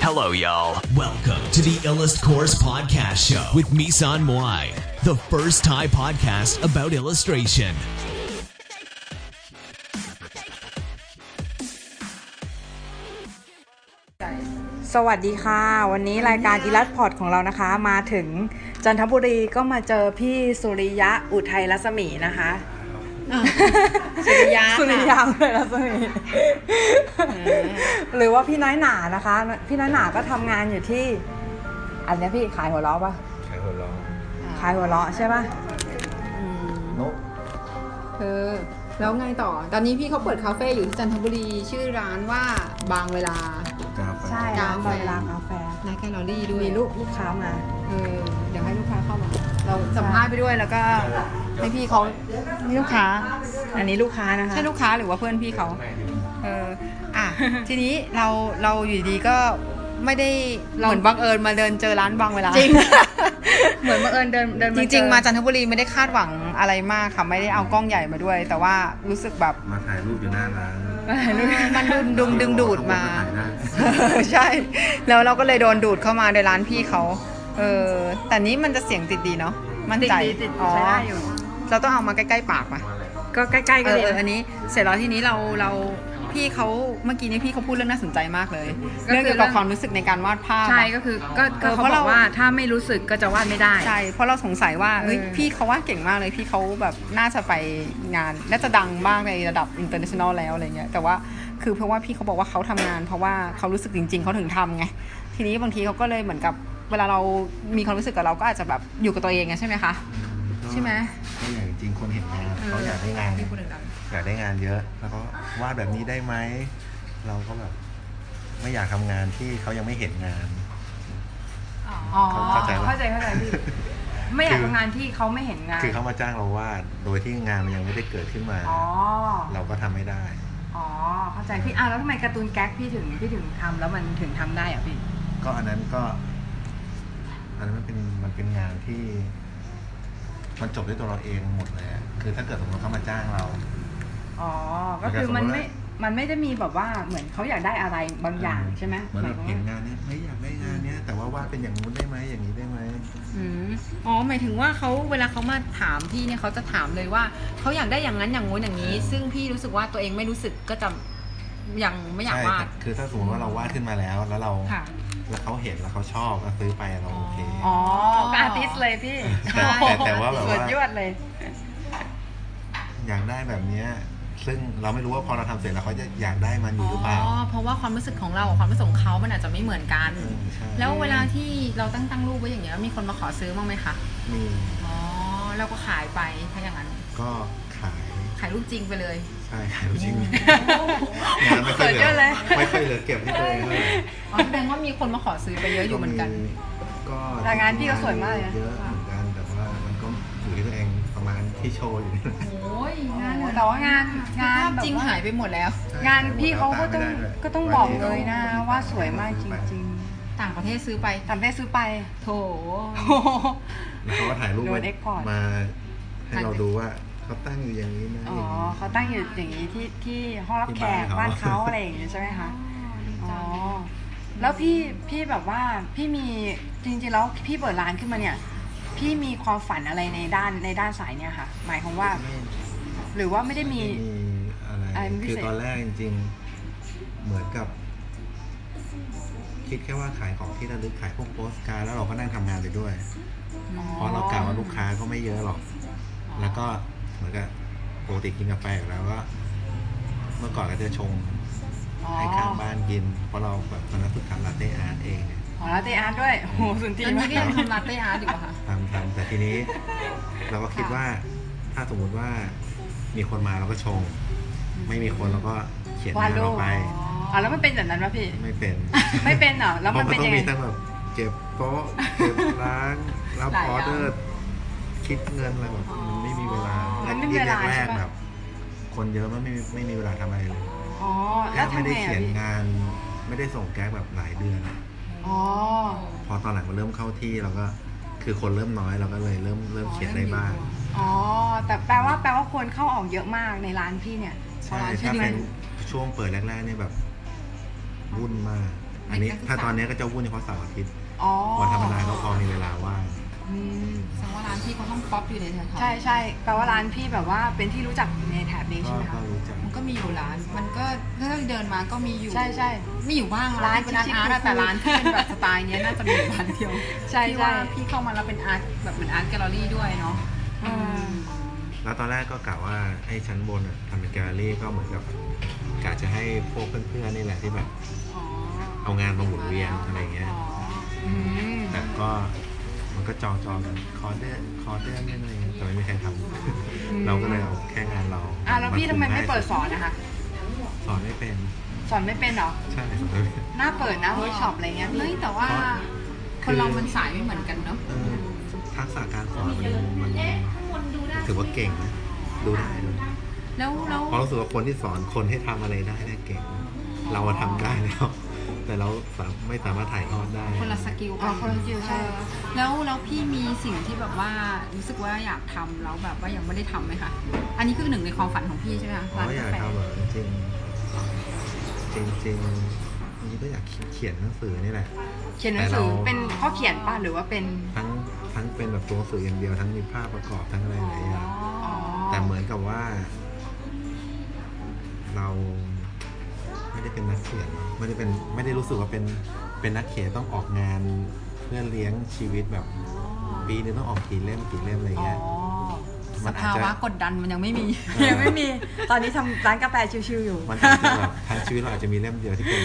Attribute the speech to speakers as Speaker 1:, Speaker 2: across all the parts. Speaker 1: Hello, y'all. Welcome to the Illust Course Podcast Show with Misan Moai, the first Thai podcast about illustration.
Speaker 2: สวัสดีค่ะ วันนี้รายการอีลัสพอร์ตของเรานะคะ มาถึงจันทบุรีก็มาเจอพี่สุริยะอุทัยรัศมีนะคะ
Speaker 3: สุริยะ
Speaker 2: สุริยะ
Speaker 3: ค่ะ
Speaker 2: อุทัยรัศ มี หรือว่าพี่น้อยหนานะคะ พี่น้อยหนาก็ทำงานอยู่ที่ อันเนี้ยพี่ขายหัวเราะปะ
Speaker 4: ขายหัวเราะ
Speaker 2: ขายหัวเราะใช่ปะ
Speaker 4: นก
Speaker 3: เออ แล้วไงต่อ ตอนนี้พี่เขาเปิดคาเฟ่อยู่ที่จันทบุรี ชื่อร้านว่าบางเวลา
Speaker 4: กาแฟ
Speaker 2: ใช่
Speaker 3: กา
Speaker 2: ร้าน
Speaker 3: แฟ
Speaker 2: บอยลากาแฟ
Speaker 3: ร้านแกลเลอรี่ด้วย
Speaker 2: มีลูกลูกค้ามา
Speaker 3: เออ เดี๋ยวให้ลูกค้าเข้ามา เราสัมภาษณ์ไปด้วยแล้วก็ให้พี่เขานี่ลูกค้า
Speaker 2: อันนี้ลูกค้านะคะ
Speaker 3: ใช่ลูกค้าหรือว่าเพื่อนพี่เขา เออ อ่ะ ทีนี้เราเราอยู่ดีก็ไม่ได้เหมือนบังเอิญมาเดินเจอร้านบางเวลา
Speaker 2: จริง เหมือนบังเอิญเดินเดิน
Speaker 3: จ
Speaker 2: เอ
Speaker 3: ริง ๆ มาจันทบุรีไม่ได้คาดหวังอะไรมากค่ะไม่ได้เอากล้องใหญ่มาด้วย แต่ว่ารู้สึกแบบ
Speaker 4: มาถ่ายรูปอยู่หน้าร้าน
Speaker 3: มันดึงดึงดึงดูดมา
Speaker 4: ถ่ายได้
Speaker 3: ใช่ แล้วเราก็เลยโดนดูดเข้ามาโดยร้านพี่เขาเออแต่นี้มันจะเสียงติดดีเนาะมันใจ
Speaker 2: ติดดีติดดี
Speaker 3: อ๋อ
Speaker 2: ใช้ได้อยู่
Speaker 3: เราต้องเอามาใกล้ๆปากป่ะ
Speaker 2: ก็ใกล้ๆ
Speaker 3: เอ
Speaker 2: กัน
Speaker 3: อ
Speaker 2: เล
Speaker 3: เอย ออันนี้เสร็จแล้วทีนี้เราเราพี่เขาเมื่อกี้นี้พี่เขาพูดเรื่องน่าสนใจมากเลย
Speaker 2: ก็คือ
Speaker 3: เรื่องเกี่ยวกับความรู้สึกในการวาดภาพอะ
Speaker 2: ใช่ก็คือก็ก็
Speaker 3: เออ
Speaker 2: เขา
Speaker 3: เพราะ
Speaker 2: บ
Speaker 3: เรา
Speaker 2: อกว่าถ้าไม่รู้สึกก็จะวาดไม่ได้
Speaker 3: ใช่เพราะเราสงสัยว่าเฮ้ย
Speaker 2: เออ
Speaker 3: พี่เขาวาดเก่งมากเลยพี่เขาแบบน่าจะไปงานและจะดังมากในระดับ international แล้วอะไรเงี้ยแต่ว่าคือเพราะว่าพี่เขาบอกว่าเขาทำงาน เพราะว่าเขารู้สึกจริง ๆเขาถึงทำไงทีนี้บางทีเขาก็เลยเหมือนกับเวลาเรามีความรู้สึกกับเราก็อาจจะแบบอยู่กับตัวเองไงใช่ไหมคะ ใช่ไหม
Speaker 4: ก็อย่างจริงคนเห็นงานเขาอยากได้งาน
Speaker 3: พี่พูดดัง
Speaker 4: อยากได้งานเยอะ แล้วก็วาดแบบนี้ได้ไหม เราก็แบบ ไม่อยากทำงานที่เขายังไม่เห็นงาน
Speaker 2: อ๋อ
Speaker 4: เข้าใจปะ
Speaker 2: เข้าใจเข้าใจพี่ไม่อยากทำงานที่เขาไม่เห็นงาน
Speaker 4: คือเขามาจ้างเราวาด โดยที่งานมันยังไม่ได้เกิดขึ้นมา
Speaker 2: อ๋อ
Speaker 4: เราก็ทำไม่ได้
Speaker 2: อ๋อเข้าใจพี่อ่ะแล้วทำไมการ์ตูนแก๊กพี่ถึงพี่ถึงทำแล้วมันถึงทำได้อ่ะพี่
Speaker 4: ก็อันนั้นก็ อันนั้นมันเป็นมันเป็นงานที่ มันจบด้วยตัวเราเองหมดเลยอะคือถ้าเกิดสมมติเขามาจ้างเรา
Speaker 2: อ๋อก็คือมันไม่มันไม่ได้มีแบบว่าเหมือนเขาอยากได้อะไรบางอย่างใช่ไหม
Speaker 4: เหมือนแบบ
Speaker 2: หมายความว่า
Speaker 4: เห็นงานเนี้ยไม่อยากได้งานเนี้ย แต่ว่าวาดเป็นอย่างนู้นได้ไหมอย่างนี้ได้ไหม
Speaker 3: อ๋อหมายถึงว่าเขาเวลาเขามาถามพี่เนี่ยเขาจะถามเลยว่าเขาอยากได้อย่างนั้นอย่างงู้นอย่างนี้ ซึ่งพี่รู้สึกว่าตัวเองไม่รู้สึกก็จะยังไม่อยาก
Speaker 4: ใช่
Speaker 3: วาด
Speaker 4: แต่คือถ้าสมมติว่าเราวาดขึ้นมาแล้วแล้วเรา
Speaker 3: ค่ะ
Speaker 4: แล้วเขาเห็นแล้วเขาชอบแล้วซื้อไปเราโอเค
Speaker 3: อ๋อ
Speaker 2: ก็อาร์ติสเลยพี่
Speaker 4: แต่แต่แต่ว่าแบบว่า
Speaker 2: สุดยอดเลย
Speaker 4: อยากได้แบบเนี้ย ซึ่งเราไม่รู้ว่าพอเราทำเสร็จแล้วเขาจะอยากได้มันอยู่หรือเปล่า
Speaker 3: อเพราะว่าความรู้สึกของเรากับความรู้สึกของเขามันอาจจะไม่เหมือนกัน
Speaker 4: อืมใช่
Speaker 3: แล้วเวลาที่เราตั้งตั้งรูปไว้อย่างเงี้ยมีคนมาขอซื้อบ้างไหมคะ
Speaker 4: มี
Speaker 3: อ๋อเราก็ขายไปถ้าอย่างนั้น
Speaker 4: ก็ขาย
Speaker 3: ขายรูปจริงไปเลย
Speaker 4: ใช่ขายลูกชิ้นงานไม่ค่อยเหลื
Speaker 2: เกิดเย
Speaker 4: อ
Speaker 2: อะเลย
Speaker 4: ไม่ค่อยเหลือเก็บให้ตัวเองเท่าไหร่
Speaker 3: อ๋อแสดงว่ามีคนมาขอซื้อไปเยอะอยู่เหมือนกัน
Speaker 4: ก็
Speaker 2: แต่งานพี่ก็สวยมากเลยนะ
Speaker 4: เยอะเหมือนกันแต่ว่ามันก็อยู่ที่ตัวเองประมาณที่โชว์อยู่นี่แหละ
Speaker 3: โอ้ย
Speaker 2: งาง
Speaker 3: าน
Speaker 2: น
Speaker 3: เหรอ
Speaker 2: แต่ว่างานงาน
Speaker 3: ภาพ
Speaker 2: แบบ
Speaker 3: จริง
Speaker 2: ว่า
Speaker 3: หายไปหมดแล้ว
Speaker 2: งานพี่เขาก็ต้องก็ต้องบอกเลยนะ ว่าสวยมากจริง
Speaker 3: ต่างประเทศซื้อไป
Speaker 2: ๆแต่แม่ซื้อไป
Speaker 3: โถ
Speaker 4: ๆแล้วเขาก็ถ่ายรูป
Speaker 2: โดน
Speaker 4: ไว้
Speaker 2: export
Speaker 4: มาให้เราดูว่าเขาตั้งอยู่อย่างนี้นะ
Speaker 2: อ๋อ
Speaker 4: อย่างนี้
Speaker 2: เขาตั้งอยู่อย่างนี้ที่ที่ห้องรับแขก
Speaker 4: ที่
Speaker 2: บ้า
Speaker 4: บ้าน นเขา
Speaker 2: เขาอะไรอย่างนี้ใช่ไหมคะ อ๋อ แล้วพี่พี่แบบว่าพี่มีจริงๆแล้วพี่เปิดร้านขึ้นมาเนี่ย พี่มีความฝันอะไรในด้านในด้านสายเนี่ยค่ะ หมายความว่า หรือว่าไม่ได้มี
Speaker 4: ไม่มีอะไร
Speaker 2: อะไรเป็นพิเศษ
Speaker 4: คือตอนแรกจริงๆ เหมือนกับ คิดแค่ว่าขายของที่ระลึกขายพวกโปสการ์ดแล้วเราก็นั่งทำงานไปด้วย เพราะเรากล่าวว่าลูกค้าก็ไม่เยอะหรอก แล้วก็เหมือนกับปกติกินกาแฟอยู่แล้วก็เมื่อก่อนก็จะชงให้ข้างบ้านกิน เพราะเราแบบตอนนั้นฝึกทำลาเต้อาร์ตเองเนี่ย
Speaker 2: อ๋อแล้วเตอาร์ตด้วยโหสุนทรี
Speaker 3: ตอน
Speaker 2: มา ก
Speaker 3: นี้ก็ยังทำลาเต้อาร์ตอยู่อะค่ะ
Speaker 4: ทำทำแต่ทีนี้ เราก็คิดว่าถ้าสมมติว่ามีคนมาเราก็ชง ไม่มีคนเราก็เขียนห
Speaker 2: วาด
Speaker 4: น้า
Speaker 2: รู
Speaker 4: เรา
Speaker 2: ป
Speaker 4: ไป
Speaker 2: อ๋อแล้วมันเป็นแบบนั้นป่ะพี่
Speaker 4: ไม่เป็น
Speaker 2: ไม่เป็นเหรอ แล้วมัน
Speaker 4: พ
Speaker 2: เป็น
Speaker 4: ราะต้
Speaker 2: ยั
Speaker 4: อง ง
Speaker 2: ไง
Speaker 4: มีทั้งแบบเก็บโต๊ะเก็บร้านรับ
Speaker 3: หลายอ
Speaker 4: อย่าง อเดอร์คิดเงินอะไรแบบมันไม่มีเวลา
Speaker 2: มั
Speaker 4: และ
Speaker 2: นไม่มี
Speaker 4: ยิ่ง
Speaker 2: เวลา
Speaker 4: แร
Speaker 2: ใช่
Speaker 4: ก
Speaker 2: ปะ
Speaker 4: ๆแบบ คนเยอะมันไม่มีไม่มีเวลาทำอะไรเลย
Speaker 2: อ๋อ
Speaker 4: แก
Speaker 2: แล้ว
Speaker 4: ไม่
Speaker 2: ทำ
Speaker 4: ได้
Speaker 2: ไง
Speaker 4: เขี
Speaker 2: อ่ะ
Speaker 4: ยน
Speaker 2: พี่
Speaker 4: งาน ไม่ได้ส่งแก๊กแบบหลายเดือนอะ
Speaker 2: อ๋อ
Speaker 4: พอตอนหลังมันเริ่มเข้าที่เราก็คือคนเริ่มน้อยเราก็เลยเริ่มเริ่ม
Speaker 3: อ๋อ
Speaker 4: เขียน
Speaker 3: เริ่
Speaker 4: ได้
Speaker 3: มมี
Speaker 4: บ้าง
Speaker 3: ตัว
Speaker 2: อ๋อ แต่แปลว่าแปลว่าคนเข้าออกเยอะมากในร้านพี่เนี่ย
Speaker 4: ใช่
Speaker 3: ร้านที่
Speaker 4: ถ้า
Speaker 3: ดี
Speaker 4: เป็นช่วงเปิดแรกๆเนี่ยแบบวุ่นมาก อันนี้ถ้าตอนเนี้ยก็จะวุ่นเฉพาะเสาร์อาทิตย์
Speaker 2: อ๋อ
Speaker 4: วันธรรมดาก็พอมีเวลาว่าง
Speaker 2: อืม
Speaker 5: แสดงว่าร้านพี่เขาต้องป๊อปอยู่ในแถวๆ
Speaker 2: ใช่ใช่แปลว่าร้านพี่แบบว่าเป็นที่รู้จักในแถบนี้
Speaker 4: ก็
Speaker 2: ใช่ไหม
Speaker 4: ก็
Speaker 2: คะ
Speaker 4: รู้จัก
Speaker 5: มันก็มีอยู่ร้าน มันก็ถ้าเราเดินมาก็มีอยู่
Speaker 2: ใช่ใช่
Speaker 5: มีอยู่บ้าง
Speaker 3: ร้าน
Speaker 5: ที่เป็นร้าน
Speaker 3: ชิคๆ
Speaker 5: อาร์ต
Speaker 3: คู
Speaker 5: อะ
Speaker 3: ลๆ
Speaker 5: แต่ร้านที่เป็นแบบสไตล์เนี้ยน่าจะมีอยู่ร้านเดียว
Speaker 2: ใช่
Speaker 5: ที่
Speaker 2: ใช่
Speaker 5: ว่าพี่เข้ามาแล้วเป็นอาร์ตแบบเหมือนอาร์ตแกลเลอรี่ด้วยเนาะ
Speaker 2: อืม
Speaker 4: แล้วตอนแรกก็กะว่าให้ชั้นบนอะทำเป็นแกลเลอรี่ก็เหมือนกับกะจะให้พวกเพื่อนๆนี่แหละที่แบบ
Speaker 5: อ๋อ
Speaker 4: เอางานมาหมุนเวียนอะไรเงี้ย
Speaker 5: อ๋อ
Speaker 2: อืม
Speaker 4: แต่ก็มันก็จองจองๆกันคอเดอร์คอเดอร์นึงอะไรเงี้ยแต่ไม่มีใครทำเราก็เลยเอาแค่งานเรา
Speaker 2: อ่ะแล้วพี่ทำไมไม่เปิดส
Speaker 4: อน
Speaker 2: อนนะคะ
Speaker 4: สอนไม่เป็น
Speaker 2: สอนไม่เป็นเหรอ
Speaker 4: ใช่สอนไม่เป็น
Speaker 2: น่าเปิดนะเวิร์กช็อปอะไรเงี้ย
Speaker 5: เฮ้
Speaker 2: เฮ้
Speaker 5: ย
Speaker 2: ย
Speaker 5: แต่ว่าคนเรามันสายไม่เหมือนกันเนาะ
Speaker 4: เออทักษะการสอนมันมันถือว่าเก่งนะดูได้ดูได้
Speaker 5: แล้วแล้ว
Speaker 4: เพราะรู้สึกว่าคนที่สอนคนให้ทำอะไรได้เนี่ยเก่งนะเราอะทำได้แล้ว แต่เราสามไม่สามารถถ่ายทอดได้
Speaker 5: คนละสกิลกั
Speaker 2: อ๋อน คนละคิวใช่
Speaker 5: แล้วแล้วพี่มีสิ่งที่แบบว่ารู้สึกว่าอยากทำแล้วแบบว่ายังไม่ได้ทำไหมคะ อันนี้คือหนึ่งในความฝันของพี่ใช่ไหมคะ
Speaker 4: อ๋อ
Speaker 5: ร้าน
Speaker 4: อยาก
Speaker 5: กา
Speaker 4: ทำ
Speaker 5: แฟ
Speaker 4: เหรอจริงๆจริงๆอันนี้ก็อยากเขียนหนังสือนี่แหละ
Speaker 2: เขียนหนังสือ
Speaker 4: แต่เรา
Speaker 2: เป็นข้อเขียนป่ะหรือว่าเป็น
Speaker 4: ทั้งทั้งเป็นแบบตัวหนังสืออย่างเดียวทั้งมีภาพประกอบทั้งอะไรหลายอย่าง
Speaker 5: อ๋อ
Speaker 4: แต่เหมือนกับว่า เราไม่ได้เป็นนักเขียนเนอะไม่ได้เป็นไม่ได้รู้สึกว่าเป็นเป็นนักเขียนต้องออกงานเพื่อเลี้ยงชีวิตแบบ ปีนึงต้องออกกี่เล่มกี่เล่มอะไร
Speaker 5: อ๋อ
Speaker 4: เงี้ย มั
Speaker 5: ส
Speaker 4: นอาจ
Speaker 5: ภา
Speaker 4: จะ
Speaker 5: วะกดดันมันยังไม่มี
Speaker 2: ยังไม่มี ตอนนี้ทำร้านกาแฟชิวๆอยู่
Speaker 4: มันอาจจะแบบทั้งชีวิตเราอาจจะมีเล่มเดียวที่เป็น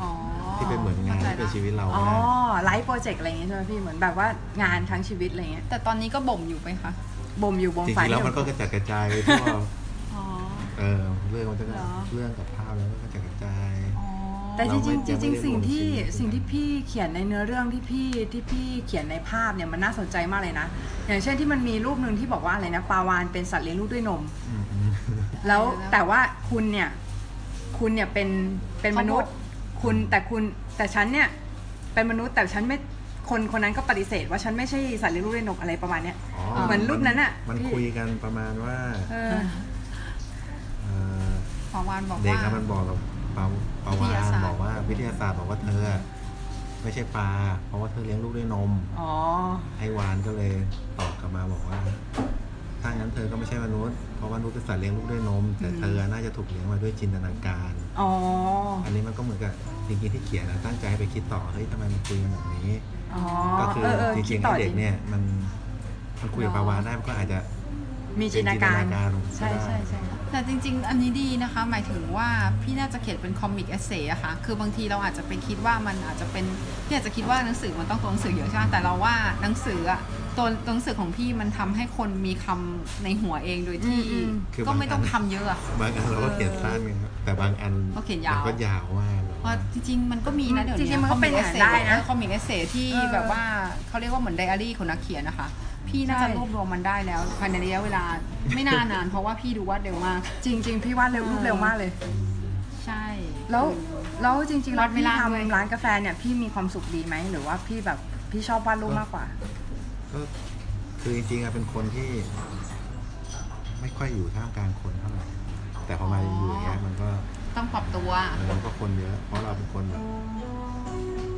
Speaker 5: อ๋อ
Speaker 4: ที่เป็นเหมือนงานที่เป็นชีวิตเรา
Speaker 2: อ๋อ
Speaker 4: ก็ได้
Speaker 2: ไลฟ์โปรเจกต์อะไรอย่างเงี้ยใช่ไหมพี่เหมือนแบบว่างานทั้งชีวิตอะไรเงี้ย
Speaker 5: แต่ตอนนี้ก็บ่มอยู่ไหมคะ
Speaker 2: บ่มอยู่บ่ม
Speaker 4: จริ
Speaker 2: ฝัน
Speaker 4: งๆ
Speaker 2: อ
Speaker 4: แล้ว
Speaker 2: ยู่
Speaker 4: มันก็กระจัดกระจายไปทั่ว
Speaker 5: อ๋อ
Speaker 4: เออเรื่องมันจะ
Speaker 5: เหรอ
Speaker 4: เรื่องกับภาพแล้วก็กระจัดกระจาย
Speaker 5: อ๋อ
Speaker 2: แต่จริง
Speaker 4: เราไม่
Speaker 2: ๆจริง ๆ สิ่งที่
Speaker 4: เราไม่ได้บ่ม
Speaker 2: สิ่งที่พี่เขียนในเนื้อเรื่องที่พี่ที่พี่เขียนในภาพเนี่ยมันน่าสนใจมากเลยนะ อย่างเช่นที่มันมีรูปหนึ่งที่บอกว่าอะไรนะปลาวานเป็นสัตว์เลี้ยงลูกด้วยนม
Speaker 4: อืมอืม
Speaker 2: แล้วแต่ว่าคุณเนี่ย คุณเนี่ยเป็นเป็นมนุษย์ คุณแต่คุณแต่ฉันเนี่ย เป็นมนุษย์แต่ฉันไม่คนคนนั้นก็ปฏิเสธว่าฉันไม่ใช่สัตว์เลี้ยงลูกด้วยนมอะไรประมาณเนี้ย
Speaker 4: อ๋อ
Speaker 2: เหมือนรูปนั้นอะ
Speaker 4: มัน
Speaker 2: พี่
Speaker 4: คุยกันประมาณว่า
Speaker 2: เออ
Speaker 4: เอ่อ
Speaker 5: ปาวานบอก
Speaker 4: เด็ก
Speaker 5: ว่า
Speaker 4: อะมันบอกกับปาปาวา
Speaker 5: วิทยาน ศาสตร์
Speaker 4: บอกว่าวิทยาศาสตร์บอกว่าเธอ ไม่ใช่ปลาเพราะว่าเธอเลี้ยงลูกด้วยนม
Speaker 2: อ๋อ
Speaker 4: ไอ้วานก็เลยตอบกลับมาบอกว่า ถ้างั้นเธอก็ไม่ใช่มนุษย์เพราะว่ามนุษย์เป็นสัตว์เลี้ยงลูกด้วยนม แต่เธอน่าจะถูกเลี้ยงมาด้วยจินตนาการ
Speaker 2: อ๋อ
Speaker 4: อันนี้มันก็เหมือนกับจริงๆที่เขียนอะตั้งใจให้ไปคิดต่อเฮ้ยทำไมมันคุยกันแบบนี้
Speaker 2: อ๋อ
Speaker 4: ก็คือ
Speaker 2: เ
Speaker 4: จริงๆ
Speaker 2: เคิ
Speaker 4: ไอ้
Speaker 2: ต่อ
Speaker 4: เด็กเนี่ยมันมันคุยกับปาวานได้มันก็อาจจะ
Speaker 2: มีจินตนาการ
Speaker 4: เป็นจินตนาการของ
Speaker 2: ใช่
Speaker 4: เขาได้
Speaker 2: ใช่ใช่
Speaker 5: แต่จริง ๆ อันนี้ดีนะคะ หมายถึงว่าพี่น่าจะเขียนเป็นคอมิกเอเซ่อะค่ะ คือบางทีเราอาจจะไปคิดว่ามันอาจจะเป็นพี่อาจจะคิดว่าหนังสือมันต้องตัวหนังสือเยอะใช่ไหมแต่เราว่าหนังสืออะตัวตัวหนังสือของพี่มันทำให้คนมีคำในหัวเองโดยที่
Speaker 4: คือบาง
Speaker 5: ก็ไม่ต้องทำเยอะอะ
Speaker 4: บางอันเราก็เขียนสั้นไงครับแต่บางอัน
Speaker 5: ก็เขียนยาว
Speaker 4: มัก็ยาวมากแบบ
Speaker 5: เพ
Speaker 4: ว่า
Speaker 5: ราะจริง ๆ มันก็มีนะเดี๋ยว
Speaker 2: จ
Speaker 5: นี้
Speaker 2: ริงๆมันก็เป็นอย่างได้นะ
Speaker 5: คอมิกเอเซ่ที่
Speaker 2: เออ
Speaker 5: แบบว่าเขาเรียกว่าเหมือนไดอารี่ของนักเขียนนะคะ พี่น่าจะ
Speaker 2: ใช่
Speaker 5: รวบรวมมันได้แล้วภายในระยะเวลาไม่นานนานเพราะว่าพี่ดูวาดเร็วมาก
Speaker 2: จริงจริง ๆ พี่วาดเร็วรูปเร็วมากเลย
Speaker 5: ใช่
Speaker 2: แล้วแล้วจริงๆ
Speaker 5: วา
Speaker 2: แล้ว
Speaker 5: ดไม่
Speaker 2: พี่
Speaker 5: ลากด้วย
Speaker 2: ทำร้านกาแฟเนี่ยพี่มีความสุขดีไหมหรือว่าพี่แบบพี่ชอบวาดรูปมากกว่า
Speaker 4: ก็คือจริงๆอะเป็นคนที่ ไม่ค่อยอยู่ท่ามกลางคนเท่าไหร่แต่พอมาอยู่อย่างเงี้ยมันก็
Speaker 5: ต้องปรับตัว
Speaker 4: เออมันก็คนเยอะ เพราะเราเป็นคนแบบ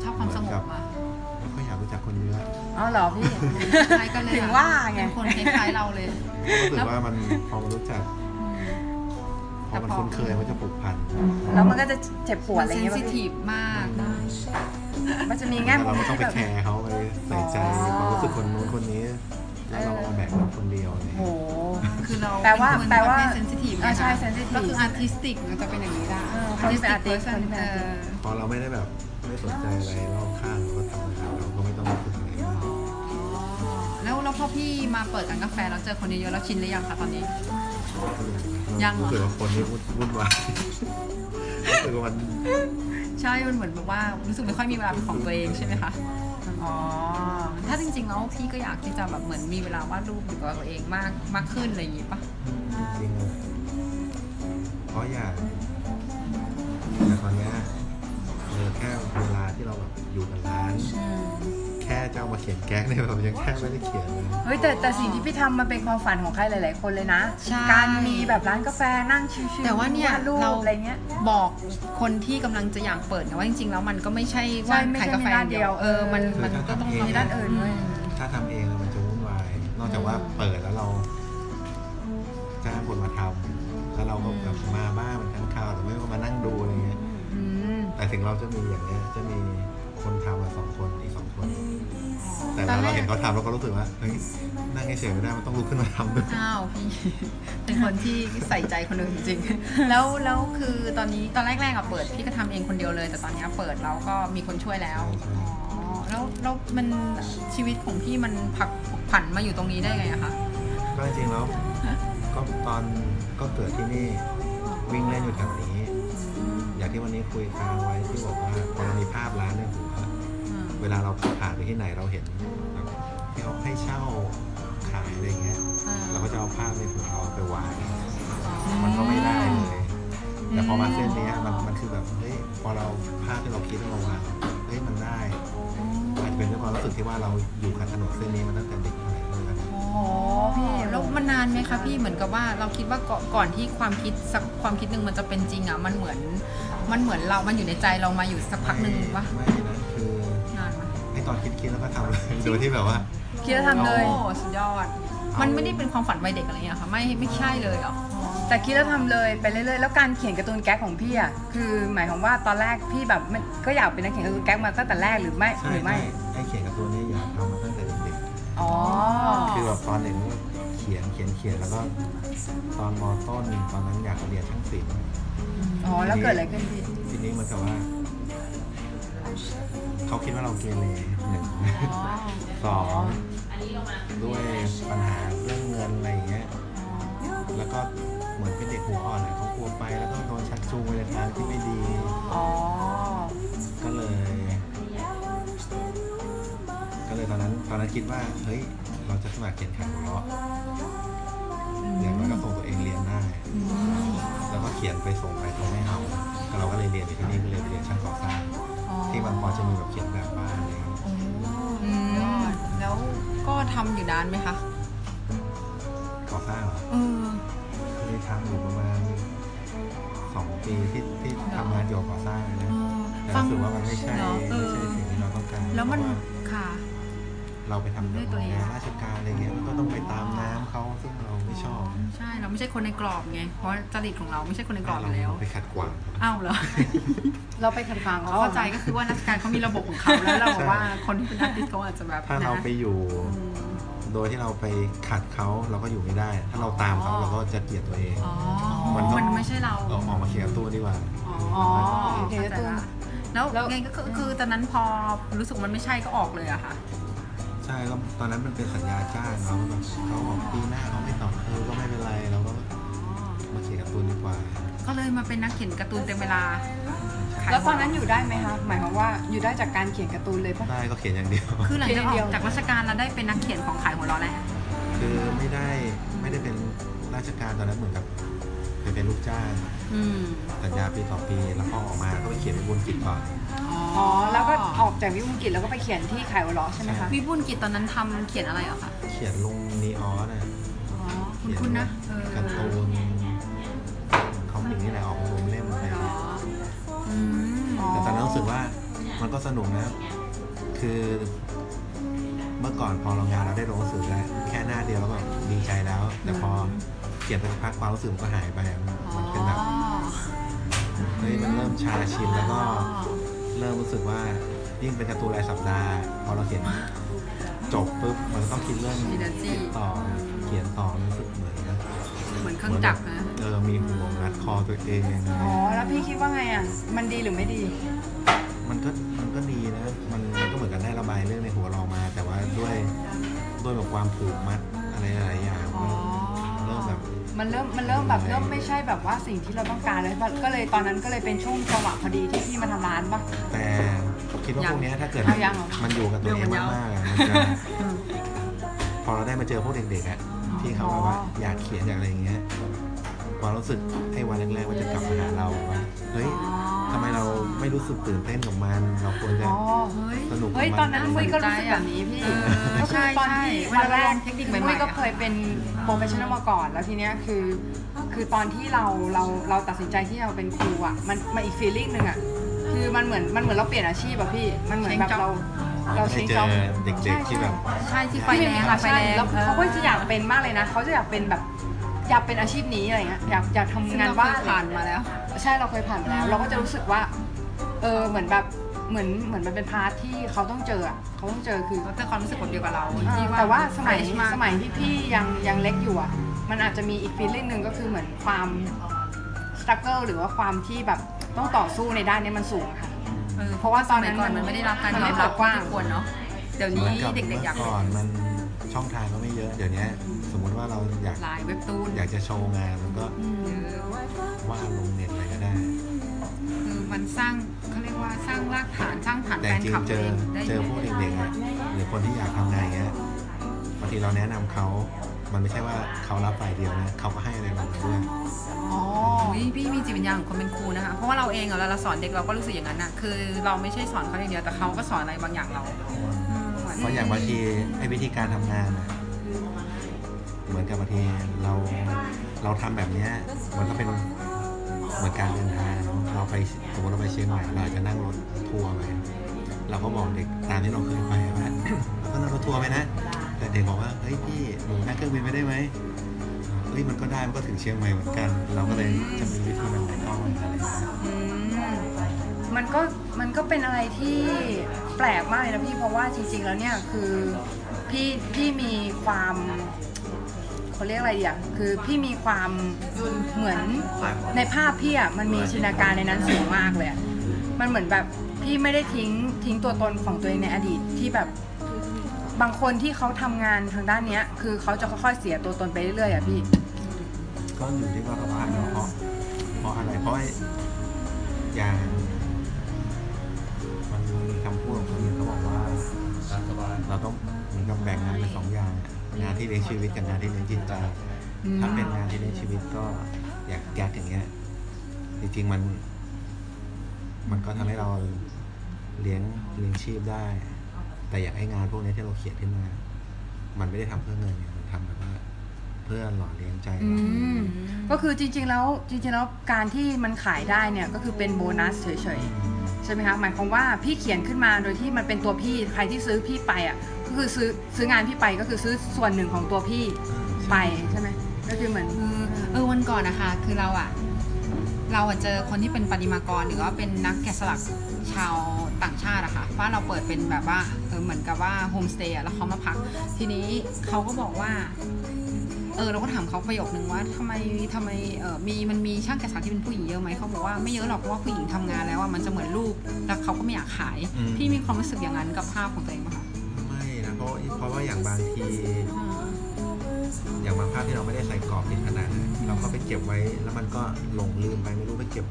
Speaker 5: ชอบความสง
Speaker 4: เหมื
Speaker 5: บ
Speaker 4: อนกั
Speaker 5: อ่ะ
Speaker 4: บ ไม่ค่อยอยากรู้จักคนเยอะ
Speaker 2: อ๋อเหรอพี่
Speaker 5: ใช่ก็เลย
Speaker 2: ถึงว่าไง
Speaker 5: เป็นคนคล้ายๆเราเลย
Speaker 4: รู้สึกว่ามันพอมันรู้จักพ
Speaker 5: แต่
Speaker 4: อ
Speaker 5: พ
Speaker 4: มัน
Speaker 5: อ
Speaker 4: คุ้นเคยมันจะผูกพัน
Speaker 2: แล้วมันก็จะเจ็บปวด
Speaker 5: มั
Speaker 2: อะไร
Speaker 5: เซน
Speaker 2: เงี้ย
Speaker 5: ซิ
Speaker 2: ป่ะ
Speaker 5: ที
Speaker 2: พี่
Speaker 5: ฟมาก
Speaker 2: มันจะมี
Speaker 4: แต่
Speaker 2: แง่มุ
Speaker 4: เรา
Speaker 2: ม
Speaker 4: ไม่ต้อง
Speaker 2: ที่
Speaker 4: ไป
Speaker 2: แบบ
Speaker 4: แคร์เขาไปใส่ใจความรู้สึกคนนู้นคนนี้ แล้วเราเอาแบ่งมันคนเดียวอะไรอย่าง
Speaker 2: โอ้
Speaker 4: เงี้ย
Speaker 5: คือเรา
Speaker 2: แปลว่า
Speaker 5: เป็นคน
Speaker 2: แปลว่า
Speaker 5: เซนซิทีฟ
Speaker 2: อ่าใช่ sensitive
Speaker 5: ก็คืออาร์ติสติกมันจะเป็นอย่างนี้ได้
Speaker 2: เออคนที่เป็น
Speaker 5: artistic
Speaker 2: artist
Speaker 5: person
Speaker 2: คนที่เป็น
Speaker 5: เออ
Speaker 4: พอเราไม่ได้แบบไม่สนใจอะไรรอบข้างเราก็ทำงานเราก็ไม่ต้องรู้สึกอะไรมาก
Speaker 5: แล้วแล้วพอพี่มาเปิดร้านกาแฟแล้วเจอคนเยอะๆแล้วชินหรือยังคะตอนนี้ ยังเหรอ
Speaker 4: รู้สึกว่าคนนี่วุ่นวายรู้สึกว่ามัน
Speaker 5: ใช่ มันเหมือนแบบว่ารู้สึกไม่ค่อยมีเวลาเป็นของตัวเองใช่ไหมคะ
Speaker 2: อ๋อ
Speaker 5: ถ้าจริงๆแล้วพี่ก็อยากที่จะแบบเหมือนมีเวลาวาดรูปอยู่กับตัวเองมากมากขึ้นอะไรอย่างนี้ปะ
Speaker 4: จริงเลยเพราะอย่างแต่ตอนเนี้ยเออแค่เวลาที่เราแบบอยู่กับร้าน แค่ จะเอามาเขียนแก๊กเนี่ยแบบยังแค่ไม่ได้เขียนเลย
Speaker 2: เฮ้ยแต่แต่สิ่งที่พี่ทำมันเป็นความฝันของใครหลาย ๆ คนเลยนะ
Speaker 5: ใช่
Speaker 2: การมีแบบร้านกาแฟนั่งชิวๆ
Speaker 5: แต่ว่าเนี่ย
Speaker 2: ดรูป
Speaker 5: เรา
Speaker 2: อะไรเงี้ย
Speaker 5: บอกคนที่กำลังจะอยากเปิดนะว่าจริงๆแล้วมันก็ไม่ใช่ว่า
Speaker 2: ใช่ไม่
Speaker 5: ขาย
Speaker 2: ใช่
Speaker 5: กาแฟ
Speaker 2: มีร้าน
Speaker 5: เดี
Speaker 2: เดีย
Speaker 5: ยว
Speaker 2: ว
Speaker 5: เออมันมันก็ต้อง
Speaker 2: มีด้านอื่นด้วย
Speaker 4: ถ้าทำเองมันจะวุ่นวาย นอกจากว่าเปิดแล้วเราจ้างคนมาทำแล้วเราก็แบบมาบ้างเป็นครั้งคราวหรือไม่ก็มานั่งดูอะไรเงี้ย
Speaker 2: อืม
Speaker 4: แต่ถึงเราจะมีอย่างเนี้ยจะมีคนทำมาสองคนอีกสองคน แต่เวลาเราเห็นเขาทำเราก็รู้สึกว่าเฮ้ยนั่งเฉยๆไม่ได้มันต้องลุกขึ้นมาทำด้วย
Speaker 5: อ้าวพี่ เป็นคนที่ใส่ใจคนอื่นจริง ๆแล้วแล้วคือตอนนี้ตอนแรกๆอะเปิดพี่ก็ทำเองคนเดียวเลย แต่ตอนเนี้ยเปิดแล้วก็มีคนช่วยแล้ว อ๋อแล้วแล้วมันชีวิตของพี่มันผลักผันมาอยู่ตรงนี้ได้ไงอะคะ
Speaker 4: ก็จริงๆแล้วก็ตอนก็เกิดที่นี่วิ่งเล่นอยู่แถวนี้ อย่างที่วันนี้คุยค้างไว้ที่บอกว่าพอเรามีภาพร้านในหัวเวลาเราผ่านไปที่ไหนเราเห็นแบบที่เขาให้เช่าขายอะไรเงี้ย
Speaker 5: อ่า
Speaker 4: เราก็จะเอาภาพในหัวเราไปวาง มันก็ไม่ได้เลย แต่พอมาเส้นเนี้ยมันมันคือแบบเฮ้ยพอเราภาพที่เราคิดเราวางเฮ้ยมันได้อาจจะเป็นเรื่องความรู้สึกที่ว่าเราอยู่กับถนนเส้นนี้มาตั้งแต่เด็กอะไรอย่างเงี้ย
Speaker 5: โอ้พี่แล้วมันนานไหมคะพี่เหมือนกับว่าเราคิดว่าก่อนก่อนที่ความคิดสักความคิดหนึ่งมันจะเป็นจริงอะมันเหมือน มันเหมือนเรา มันอยู่ในใจเรามาอยู่สักพักหนึ่งวะ
Speaker 4: ไม่นะคือน
Speaker 5: านไหม
Speaker 4: ให้ตอนคิดคิดแล้วก็ทำเลยโดยที่แบบว่า
Speaker 2: คิดแล้วทำเลย
Speaker 5: โอ้สุดยอด มันไม่ได้เป็นความฝันวัยเด็กอะไรอย่างเงี้ยค่ะไม่ไม่ใช่เลยเหรอ
Speaker 2: แต่คิดแล้วทำเลยไปเรื่อยๆแล้วการเขียนการ์ตูนแก๊กของพี่อ่ะคือหมายความว่าตอนแรกพี่แบบมันก็อยากเป็นนักเขียนการ์ตูนแก๊กมาตั้งแต่แรกหรือไม่
Speaker 4: ใช่
Speaker 2: หรือ
Speaker 4: ใช่
Speaker 2: ไม่
Speaker 4: ไอ้เขียนกับตัวเนี้อยากทำมาตั้งแต่เด็ก
Speaker 2: อ๋อ
Speaker 4: ๆคือแบบตอนเด็กเขียนเขียนเขียนแล้วก็ตอนมต้นตอนนั้นอยากเรียนช่างศิลป์
Speaker 2: อ๋อแล้วเกิดอะไรขึ้นพี่
Speaker 4: ทีนี้มันกับว่า เขาคิดว่าเราเกเรหนึ่งสองด้วยปัญหาเรื่องเงินอะไรอย่างเงี้ยแล้วก็เหมือนเป็นเด็กหัวอ่อนอะเขากลัวไปแล้วก็โดนชักจูงไปในทางที่ไม่ดี
Speaker 2: อ๋อ
Speaker 4: ก็เลย ก็เลยตอนนั้น ตอนนั้นคิดว่า เฮ้ย เราจะสมัครเขียนขายหัวเราะอย่างน้อยก็ส่งตัวเองเรียนได้ แล้วก็เขียนไปส่งไปเขาไม่เอาก็เราก็เลยเรียนอยู่ที่นี่ก็เลยไปเรียนช่างก่อสร้าง ที่มันพอจะมีแบบเขียนแบบบ้านอะไรอย่างเงี้ย
Speaker 5: อืมแล้วก็ทำอยู่นานไหมคะ
Speaker 4: ก่อสร้างเหรอ
Speaker 5: เออ
Speaker 4: ไม่ได้ทำอยู่ประมาณสองปีที่ที่ทำงานเกี่ยวกับก่อสร้างเลยนะแต่
Speaker 5: ฟัง
Speaker 4: รู้สึกว่ามันไม่ใช่
Speaker 5: เนอะเอ
Speaker 4: ไม่
Speaker 5: อ
Speaker 4: ใช่สิ่งที่เราต้องการ
Speaker 5: แล้วมัน
Speaker 4: เพราะา
Speaker 5: ค่ะ
Speaker 4: เราไปทำแบบงานราชการอะไรเงี้ยมันก็ต้องไปตามน้ำเขาซึ่งเราไม่ชอบ
Speaker 5: ใช่เราไม่ใช่คนในกรอบไง เพราะจริตของเราไม่ใช่คนในกรอบอยู่แล้ว
Speaker 4: เราไปขัดขวาง
Speaker 5: อ้าวเหรอ
Speaker 3: เราไปขัดขวางเขา
Speaker 5: เข้าใจก็คือว่านักการเขามีระบบของเขาแล้วเราบอกว่าคนที่เป็นนักดิสเขาอาจจะแบบ
Speaker 4: ถ้าเราไปอยู่ โดยที่เราไปขัดเขาเราก็อยู่ไม่ได้ ถ้าเราตามเขาเราก็จะเกลียดตัวเอง
Speaker 5: อ๋อ
Speaker 4: มันก็
Speaker 5: มันไม่ใช่เรา
Speaker 4: เราออกมาเขียนตัวดีกว่า
Speaker 5: อ๋อเข้าใจละแล้วไงก็คือคือตอนนั้นพอรู้สึกมันไม่ใช่ก็ออกเลยอะค่ะ
Speaker 4: ใช่แล้วตอนนั้นมันเป็นสัญญาจ้างเราแบบเขาบอกปีหน้าเขาไม่ตอบเออก็ไม่เป็นไรเราก็มาเขียนการ์ตูนดีกว่า
Speaker 5: ก็เลยมาเป็นนักเขียนการ์ตูนเต็มเวลา ขาย
Speaker 2: แล้วตอนนั้นอยู่ได้ไหมคะหมายความว่าอยู่ได้จากการเขียนการ์ตูนเลยปะ
Speaker 4: ได้ก็เขียนอย่างเดียว
Speaker 5: คือหลังจากอ
Speaker 2: เดีย
Speaker 5: อ
Speaker 2: ว
Speaker 5: กจากราชการเราได้เป็นนักเขียนของขายหัวเราะแล้ว
Speaker 4: คือไม่ได้ไม่ได้เป็นราชการตอนนั้นเหมือนกับไปเป็นลูกจ้าง
Speaker 5: อืม
Speaker 4: สัญญาปีต่อปีแล้วก็ออกมาก็ไปเขียนเป็นบุญกิจก่อน
Speaker 2: อ๋อแล้วก็ออกจากวิวอังกฤษแล้วก็ไปเขียนที่ขายวอลล์ใช่ไหมคะ
Speaker 5: วิบูลย์กิจตอนนั้นทำเขียนอะไรเหรอคะ
Speaker 4: เขียนลงนีออนนะ
Speaker 5: อ๋อ คุณคุณนะเออ
Speaker 4: การ์ตูนเขาหนึ่งนี่แหละออกมาลงเล่มอะไรอย่างเงี้ย
Speaker 5: อืม
Speaker 4: แต่ตอนนั้นรู้สึกว่ามันก็สนุกนะ คือเมื่อก่อนพอเรางานเราได้ลงหนังสือแล้วแค่หน้าเดียวแล้วก็ดีใจแล้ว แต่พอเขียนไปสักพักความรู้สึกมันก็หายไปอะมันมันเป็นแบบ
Speaker 5: อ๋อ
Speaker 4: เฮ้ยมันเริ่มชาชินแล้วก็ เริ่มรู้สึกว่ายิ่งเป็นการ์ตูนรายสัปดาห์พอเราเขียนจบปุ๊บมันก็ต้องคิดเรื่อง
Speaker 5: มีดัจี
Speaker 4: ต่อเขียนต่อรู้สึกเหมือน
Speaker 5: เหมือนเครื่องจักรนะ
Speaker 4: เออมีห่วงรัดคอตัวเอง
Speaker 2: อ๋อแล้วพี่คิดว่าไงอ่ะมันดีหรือไม่ดี
Speaker 4: มันก็มันก็ดีนะมันมันก็เหมือนกันได้ระบายเรื่องในหัวเรามา แต่ว่าด้วยด้วยแบบความผูกมัดอะไรหลายๆอย่างมันเริ่มแบบ
Speaker 2: มันเริ่มมันเริ่มแบบเริ่มไม่ใช่แบบว่าสิ่งที่เราต้องการเลยก็เลยตอนนั้นก็เลยเป็นช่วงจังหวะพอดีที่พี่มาทำร้านปะ
Speaker 4: แต่คิดว่าพวกเนี้ยถ้าเกิด
Speaker 2: เอายังเหรอ
Speaker 4: มันอยู่กับตัวเองมากๆอะมันจะพอเราได้มาเจอพวกเด็กๆอะที่เขาแบบว่าอยากเขียนอยากอะไรอย่างเงี้ย ความรู้สึกไอ้วันแรกๆมันจะกลับมาหาเราว่าเฮ้ยทำไมเราไม่ ไม่รู้สึกตื่นเต้นกับมัน เราควรจะ
Speaker 2: อ๋อ
Speaker 5: เฮ้ย
Speaker 4: สนุกกับมั
Speaker 2: เฮ้ยตอนนั้นมุ้ยก็รู้สึกแบบนี้พี่
Speaker 5: เออ
Speaker 2: ก็
Speaker 5: ใช่
Speaker 2: คือตอน
Speaker 5: ใช่
Speaker 2: ที่
Speaker 5: เว
Speaker 2: ต
Speaker 5: ลา
Speaker 2: อนแรก
Speaker 5: เราลองเทคนิคใหม่ๆ
Speaker 2: มุ้ยก็
Speaker 5: อะ
Speaker 2: เคยเป็นโปรเฟชชั่นอลมาก่อน แล้วทีเนี้ยคือคือตอนที่เราเราเราตัดสินใจที่เราเป็นครูอ่ะมันมันอีกฟีลลิ่งหนึ่งอ่ะคือมันเหมือนมันเหมือนเราเปลี่ยนอาชีพอ่ะพี่มันเหมือนแบบเราเรา
Speaker 4: เราได้
Speaker 2: เช็คจ็อบ
Speaker 4: เจอเด็กๆที่แบบ
Speaker 5: ใช่ที่ไฟ
Speaker 2: ไป
Speaker 5: แร
Speaker 2: แล้
Speaker 5: ง
Speaker 2: ว
Speaker 5: อะไฟ
Speaker 2: ใช่
Speaker 5: แรง
Speaker 2: แล้วเขาก็จะอยากเป็นมากเลยนะเขาจะอยากเป็นแบบอยากเป็นอาชีพนี้อะไรเงี้ยอยากอยากทำ
Speaker 5: งาง
Speaker 2: าน น
Speaker 5: ว่า
Speaker 2: บ้านอะไร
Speaker 5: ผ่าน
Speaker 2: เงี้ย
Speaker 5: มาแล้ว
Speaker 2: ใช่เราเคยผ่านมาแล้ว เราก็จะรู้สึกว่า เออเหมือนแบบเหมือนเหมือนมันเป็นพาร์ทที่เขาต้องเจออะเขาต้องเจอคือ
Speaker 5: แต่ความรู้สึกแบบเดียวกับเรา
Speaker 2: เออ
Speaker 5: ที่
Speaker 2: แต่ว่าสมัย
Speaker 5: ไฟล์าก
Speaker 2: สมัยที่พี่ยังยังเล็กอยู่อ่ะ มันอาจจะมีอีกฟีลลิ่งหนึ่งก็คือเหมือนความสตรัคเกิลหรือว่าความที่แบบต้องต่อสู้ในด้านนี้มันสูงอะค่ะ
Speaker 5: เออเพราะว่าตอนนั้นมันไม่ได้รับการ
Speaker 2: มัน
Speaker 5: ย
Speaker 2: ไม่
Speaker 5: อม
Speaker 2: เปิ
Speaker 5: รับ
Speaker 2: ด
Speaker 5: ก
Speaker 2: ก
Speaker 5: ว้า
Speaker 2: ว้าง ง
Speaker 5: ควรเนาะเดี๋ยวนี้
Speaker 4: หมือนกับ
Speaker 5: เด็กๆอยาก
Speaker 4: มื่
Speaker 5: เป็
Speaker 4: ก่อน นมันช่องทางก็ไม่เยอะ เดี๋ยวนี้สมมติว่าเราอยาก
Speaker 5: ลายเว็บตูน
Speaker 4: อยากจะโชว์งานมันก็วาดลงเน็ตอะไรก็ได้
Speaker 5: คือมันสร้างเขาเรียกว่าสร้างรากฐานสร้างฐาน
Speaker 4: แต่
Speaker 5: แฟน
Speaker 4: จริ
Speaker 5: ค
Speaker 4: ง
Speaker 5: ลับ
Speaker 4: ๆเจอ
Speaker 5: ได้
Speaker 4: เจอพวกเด็กๆอะหรือคนที่อยากทำงานอย่างเงี้ยบางทีเราแนะนำเขา มันไม่ใช่ว่าเขารับฝ่ายเดียวนะเขาก็ให้อะไรเราด้วย
Speaker 5: อ๋ออุ๊ยพี่มีจิตวิญญาณของคนเป็นครูนะคะเพราะว่าเราเองอะเราเราสอนเด็กเราก็รู้สึกอย่างนั้นอะคือเราไม่ใช่สอนเขาอย่างเดียวแต่เขาก็สอนอะไรบางอย่างเราอืม
Speaker 4: เพราะอย่างบางทีไอ้วิธีการทำงานอะเหมือนกับบางทีเราเราทำแบบเนี้ยมันก็เป็นเหมือนการเดินทางเนอะเราไปสมมติเราไปเชียงใหม่เราอาจจะนั่งรถทัวร์ไปเราก็บอกเด็กตามที่เราเคยไปว่า เราก็นั่งรถทัวร์ไปนะ แต่เด็กบอกว่าเฮ้ยพี่หนูนั่งเครื่องบินไม่ได้ไหม เฮ้ยมันก็ได้มันก็ถึงเชียงใหม่เหมือนกัน เราก็เลยจะมีวิธีมันไหนก็มันอะไรอย่างเงี้ย
Speaker 2: อืมมันก็มันก็เป็นอะไรที่แปลกมากเลยนะพี่เพราะว่าจริง ๆ แล้วเนี่ยคือพี่พี่มีความเขาเรียกอะไรดีอ่ะคือพี่มีความเหมือนในภาพพี่อ่ะมันมีจินตนาการในนั้นสูงมากเลยอะมันเหมือนแบบพี่ไม่ได้ทิ้งทิ้งตัวตนของตัวเองในอดีตที่แบบบางคนที่เขาทำงานทางด้านเนี้ย คือเขาจะค่อยๆเสียตัวตนไปเรื่อยๆอ่ะพี่
Speaker 4: ก็อยู่ที่ว่าเราอ่านเนาะเพราะเพราะอะไรเพราะอย่างมันมีคำพูดของคนหนึงเขาบอกว่าเราต้องเหมือนกับแบ่งงานเป็นสองอย่างงานที่เลี้ยงชีวิตกับงานที่เลี้ยงจิตใจถ้าเป็นงานที่เลี้ยงชีวิตก็อยากแก๊สอย่างเงี้ยจริงๆมัน มันก็ทำให้เราเลี้ยงเลี้ยงชีพได้ แต่อยากให้งานพวกนี้ที่เราเขียนขึ้นมา มันไม่ได้ทำเพื่อเงินไงมันทำแบบว่าเพื่อหล่อเลี้ยงใจเรา
Speaker 2: อืมก็คือจริงๆแล้วจริงๆแล้วการที่มันขายได้เนี่ยก็คือเป็นโบนัสเฉยๆใช่ไหมคะหมายความว่าพี่เขียนขึ้นมาโดยที่มันเป็นตัวพี่ใครที่ซื้อพี่ไปอ่ะก็คือซื้อซื้องานพี่ไปก็คือซื้อส่วนหนึ่งของตัวพี่ไปใช่ไหมก็คือเหมือน
Speaker 5: คือเออวันก่อนนะคะคือเราอะเราอะเจอคนที่เป็นปฏิมากรหรือว่าเป็นนักแกะสลักชาวต่างชาติอะค่ะว่าเราเปิดเป็นแบบว่าเออเหมือนกับว่าโฮมสเตย์อะแล้วเขามาพัก ทีนี้เขาก็บอกว่า เออเราก็ถามเขาประโยคนึงว่าทำไมทำไมเออมีมันมีช่างแกะสลักที่เป็นผู้หญิงเยอะไหมเขาบอกว่าไม่เยอะหรอกเพราะว่าผู้หญิงทำงานแล้วอะมันจะเหมือนลูกแล้วเขาก็ไม่อยากขาย
Speaker 4: อืม
Speaker 5: พี่มีความรู้สึกอย่างนั้นกับภาพของตัวเองไหมคะ
Speaker 4: ไม่นะเพราะเพราะว่าอย่างบางที อย่างบางภาพที่เราไม่ได้ใส่กรอบติดผนังอะเราก็ไปเก็บไว้แล้วมันก็หลงลืมไปไม่รู้ไปเก็บ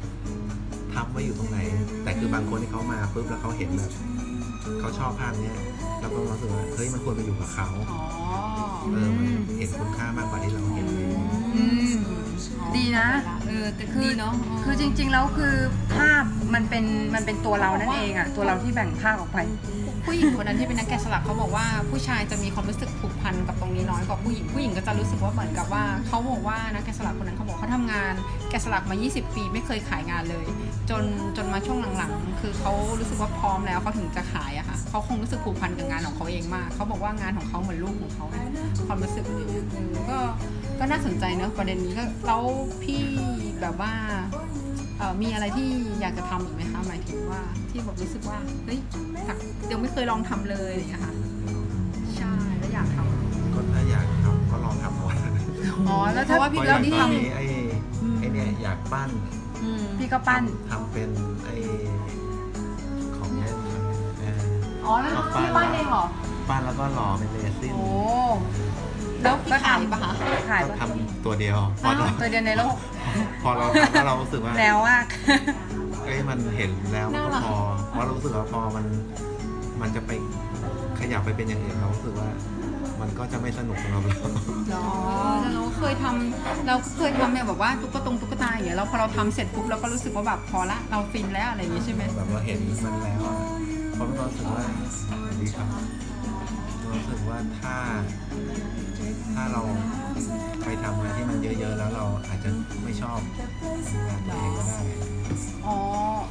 Speaker 4: ทับไว้อยู่ตรงไหน แต่คือบางคนที่เขามาปุ๊บแล้วเขาเห็นแบบเขาชอบภาพเนี้ยเราก็รู้สึกว่าเฮ้ยมันควรไปอยู่กับเขา
Speaker 5: อ๋อ
Speaker 4: เออมันเห็นคุณค่ามากกว่าที่เราเห็นเลย
Speaker 5: อืม
Speaker 2: ดีนะ
Speaker 5: เออแต่ดีเนาะ
Speaker 2: คือจริงๆแล้วคือภาพมันเป็นมันเป็นตัวเรานั่นเองอ่ะตัวเราที่แบ่งภาพออกไป
Speaker 5: ผู้หญิงคนนั้นที่เป็นนักแกะสลักเขาบอกว่าผู้ชายจะมีความรู้สึกผูกพันกับตรงนี้น้อยกว่าผู้หญิงผู้หญิงก็จะรู้สึกว่าเหมือนกับว่าเขาบอกว่านักแกะสลักคนนั้นเขาบอกเขาทำงานแกะสลักมา 20 ปีไม่เคยขายงานเลย จนจนมาช่วงหลังๆ คือเขารู้สึกว่าพร้อมแล้วเขาถึงจะขายอะค่ะเขาคงรู้สึกผูกพันกับงานของเขาเองมากเขาบอกว่างานของเขาเหมือนลูกของเขาเนี่ยความรู้สึกเออก็ก็น่าสนใจเนอะประเด็นนี้ก็แล้วพี่แบบว่า เอ่อมีอะไรที่อยากจะทำอีกไหมคะหมายถึงว่าที่แบบรู้สึกว่าเฮ้ยสักยังไม่เคยลองทำเลยอะไรอย่างเงี้ยค่ะใช่แล้วอยากทำ
Speaker 4: ก็ถ้าอยากทำก็ลองทำก่อน
Speaker 5: อ๋อแล้วถ้าว่า
Speaker 4: เพ
Speaker 5: พี่
Speaker 4: ราะอ
Speaker 5: เริ่
Speaker 4: ย่าม งตอน
Speaker 5: ที่ท
Speaker 4: นี้ไอ้ไอ้เนี่ยอยากปั้น
Speaker 5: ำ
Speaker 2: พี่ก็ปั้น
Speaker 4: ทำเป็นไอ้ของเล่นเออ
Speaker 2: อ๋อแล้วพี่ปั้นเองเหรอ
Speaker 4: ปั้นแล้วก็หล่อเป็นเรซิน
Speaker 2: โอ้
Speaker 5: แล้วพี่ขายปะคะ
Speaker 2: ขาย
Speaker 4: ก็
Speaker 2: ปะ
Speaker 4: ทำตัวเดียว พอเรา
Speaker 2: ตัวเดียวในโลก
Speaker 4: พอเราทำแล้วเรารู้สึกว่า
Speaker 2: แล้วอ่ะ
Speaker 4: เอ้ยมันเห็นแล้วมันก็พอเพราะเรารู้สึกว่าพอมันมันจะไปขยับไปเป็นอย่างอื่นเรารู้สึกว่า มัน มันก็จะไม่สนุกสำหรับเรา
Speaker 5: แต่เราเคยทำเราเคยทำเนี่ยแบบว่าตุ๊กตงตุ๊กตาอย่างเงี้ยเราพอเราทำเสร็จปุ๊บเราก็รู้สึกว่าแบบพอละเราฟินแล้วอะไรอย่างงี้ใช่ไหม
Speaker 4: แบบเราเห็นมันแล้วอะผมก็รู้สึกว่าดีครับรู้สึกว่าถ้า ถ้าเราไปทำอะไรที่มันเยอะๆแล้วเราอาจจะไม่ชอบงานตัวเองก็ได้
Speaker 5: อ๋อ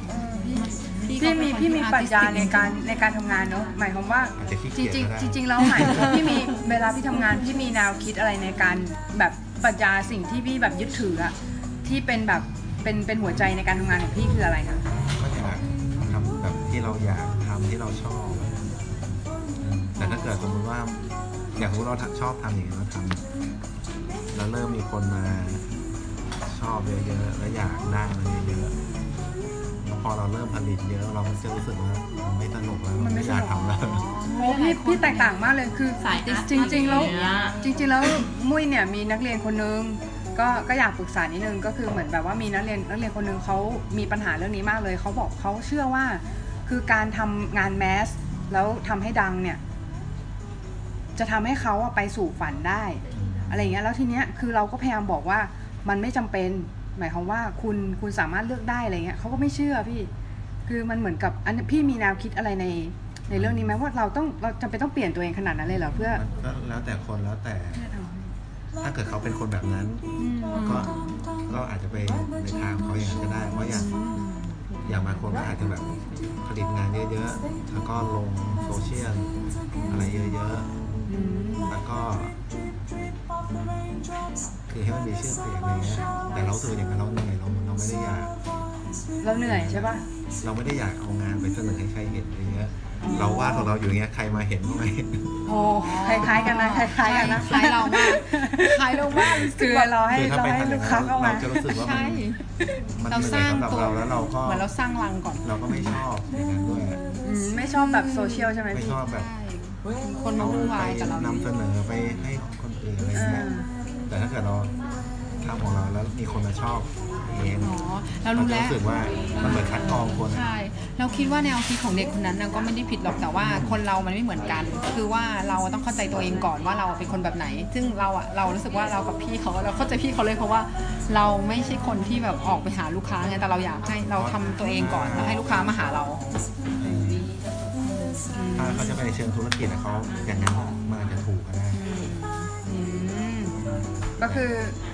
Speaker 5: เออพี่
Speaker 2: พี่มี
Speaker 5: เขาเป็นคน
Speaker 2: พี่มี
Speaker 5: ที่
Speaker 2: ปรัชญา
Speaker 5: artistic
Speaker 2: ในการในการทำงานเนอะหมายความว่า
Speaker 4: อาจจะขี้
Speaker 2: จ
Speaker 4: เกียจ
Speaker 2: ริง
Speaker 4: ก็ได้
Speaker 2: ๆจริงๆแล้วหมาย ถึงพี่มีเวลาพี่ทำงานพี่มีแนวคิดอะไรในการแบบปรัชญาสิ่งที่พี่แบบยึดถืออะที่เป็นแบบเป็นเป็นหัวใจในการทำงานของพี่คืออะไรคะ
Speaker 4: ก็อยากทำแบบที่เราอยากทำที่เราชอบอืมแต่ถ้าเกิดสมมติว่า อยากรู้เราชอบทำอย่างนี้เราทำแล้วเริ่มมีคนมาชอบเยอะๆแล้วอยากได้มันเยอะๆแล้วพอเราเริ่มผลิตเยอะเราก็จะรู้สึกว่ามันไม่สนุกแล้วมันไม่อยากทำแล้ว
Speaker 2: โอ้พี่พี่แตกต่างมากเลยคือ
Speaker 6: สายอาร์ต
Speaker 2: จริง ๆ แล้ว
Speaker 6: อะไรอย่างเงี้ย
Speaker 2: จริง ๆ แล้วมุ้ยเนี่ยมีนักเรียนคนนึงก็ก็อยากปรึกษานิดนึงก็คือเหมือนแบบว่ามีนักเรียนนักเรียนคนนึงเขามีปัญหาเรื่องนี้มากเลยเขาบอกเขาเชื่อว่า คือการทำงานแมสแล้วทำให้ดังเนี่ย จะทำให้เขาอะไปสู่ฝันได้ อะไรอย่างเงี้ยแล้วทีเนี้ยคือเราก็พยายามบอกว่ามันไม่จำเป็น หมายความว่าคุณคุณสามารถเลือกได้อะไรเงี้ยเขาก็ไม่เชื่อพี่ คือมันเหมือนกับอันพี่มีแนวคิดอะไรในในเรื่องนี้ไหมว่าเราต้องเราจำเป็นต้องเปลี่ยนตัวเองขนาดนั้นเลยเหรอเพื่อ
Speaker 4: มันก็แล้วแต่คนแล้วแต่ ถ้าเกิดเขาเป็นคนแบบนั้น ก็ก็อาจจะไปในทางเขาอย่างนั้นก็ได้ เพราะอย่างอย่างบางคนก็อาจจะแบบผลิตงานเยอะๆ แล้วก็ลงโซเชียลอะไรเยอะๆ แล้วก็ คือให้มันมีชื่อเสียงอะไรเงี้ยแต่เราสื่ออย่างนั้นเราเหนื่อยเราเราไม่ได้อยาก
Speaker 2: เราเหนื่อยใช่ปะ
Speaker 4: เราไม่ได้อยากเอางานไปเสนอให้ใครเห็นอะไรเงี้ยเราวาดของเราอยู่อย่างเงี้ยใครมาเห็นบ้างไหม
Speaker 2: โอ้คล้ายๆกันนะคล้ายๆกันนะ
Speaker 5: คล้ายเรามากคล้ายเรามากรู้สึ
Speaker 2: คื
Speaker 5: ก
Speaker 2: อ
Speaker 5: แบบ
Speaker 2: เราให้
Speaker 4: คือถ้า
Speaker 2: เรา
Speaker 4: ไป
Speaker 2: ให้
Speaker 4: ทำอ
Speaker 2: ลูก
Speaker 4: ย่างนั้
Speaker 2: ค้าน เข้า
Speaker 4: เรา
Speaker 2: มา
Speaker 4: จะรู้สึกว่า
Speaker 5: ใช่
Speaker 4: มันมัน
Speaker 5: เรา
Speaker 4: เห
Speaker 5: ส
Speaker 4: นื่อยสำห
Speaker 5: ร้าง
Speaker 4: รับ
Speaker 5: ตัว
Speaker 4: เราแล้วเราก็
Speaker 5: เหมือนเราสร้างรังก่อน
Speaker 4: เราก็ไม่ชอบอย่างนั้นด้วย
Speaker 2: อืมไม่ชอบแบบโซเชียลใช่ไหม
Speaker 4: ไม่
Speaker 2: พี่
Speaker 4: ชอบแบบ
Speaker 5: ใช่คนมาวุ่นวายกับเรา
Speaker 4: นำเสนอไปให้คนอื่นอะไรเงี้ยแต่ถ้าเกิดเราทำของเราแล้วมีคนมาชอบเอง
Speaker 5: อ๋อเรา
Speaker 4: เรา
Speaker 5: รู้
Speaker 4: จะ
Speaker 5: แล้ว
Speaker 4: รู้สึกว่ามันเหมือนคัดกรองคนอะ
Speaker 5: ใช่ เราคิดว่าแนวคิดของเด็กคนนั้นน่ะก็ไม่ได้ผิดหรอกแต่ว่าคนเรามันไม่เหมือนกัน คือว่าเราต้องเข้าใจตัวเองก่อนว่าเราเป็นคนแบบไหน ซึ่งเราอะเรารู้สึกว่าเรากับพี่เขาเราเข้าใจพี่เขาเลยเพราะว่า เราไม่ใช่คนที่แบบออกไปหาลูกค้าไงแต่เราอยากให้เราทำตัวเองก่อนแล้วให้ลูกค้ามาหาเรา
Speaker 4: ถ้าเขาจะไปในเชิงธุรกิจอะเขาอย่างนั้นมันอาจจะถูกก็ได้
Speaker 2: อืมก็คือ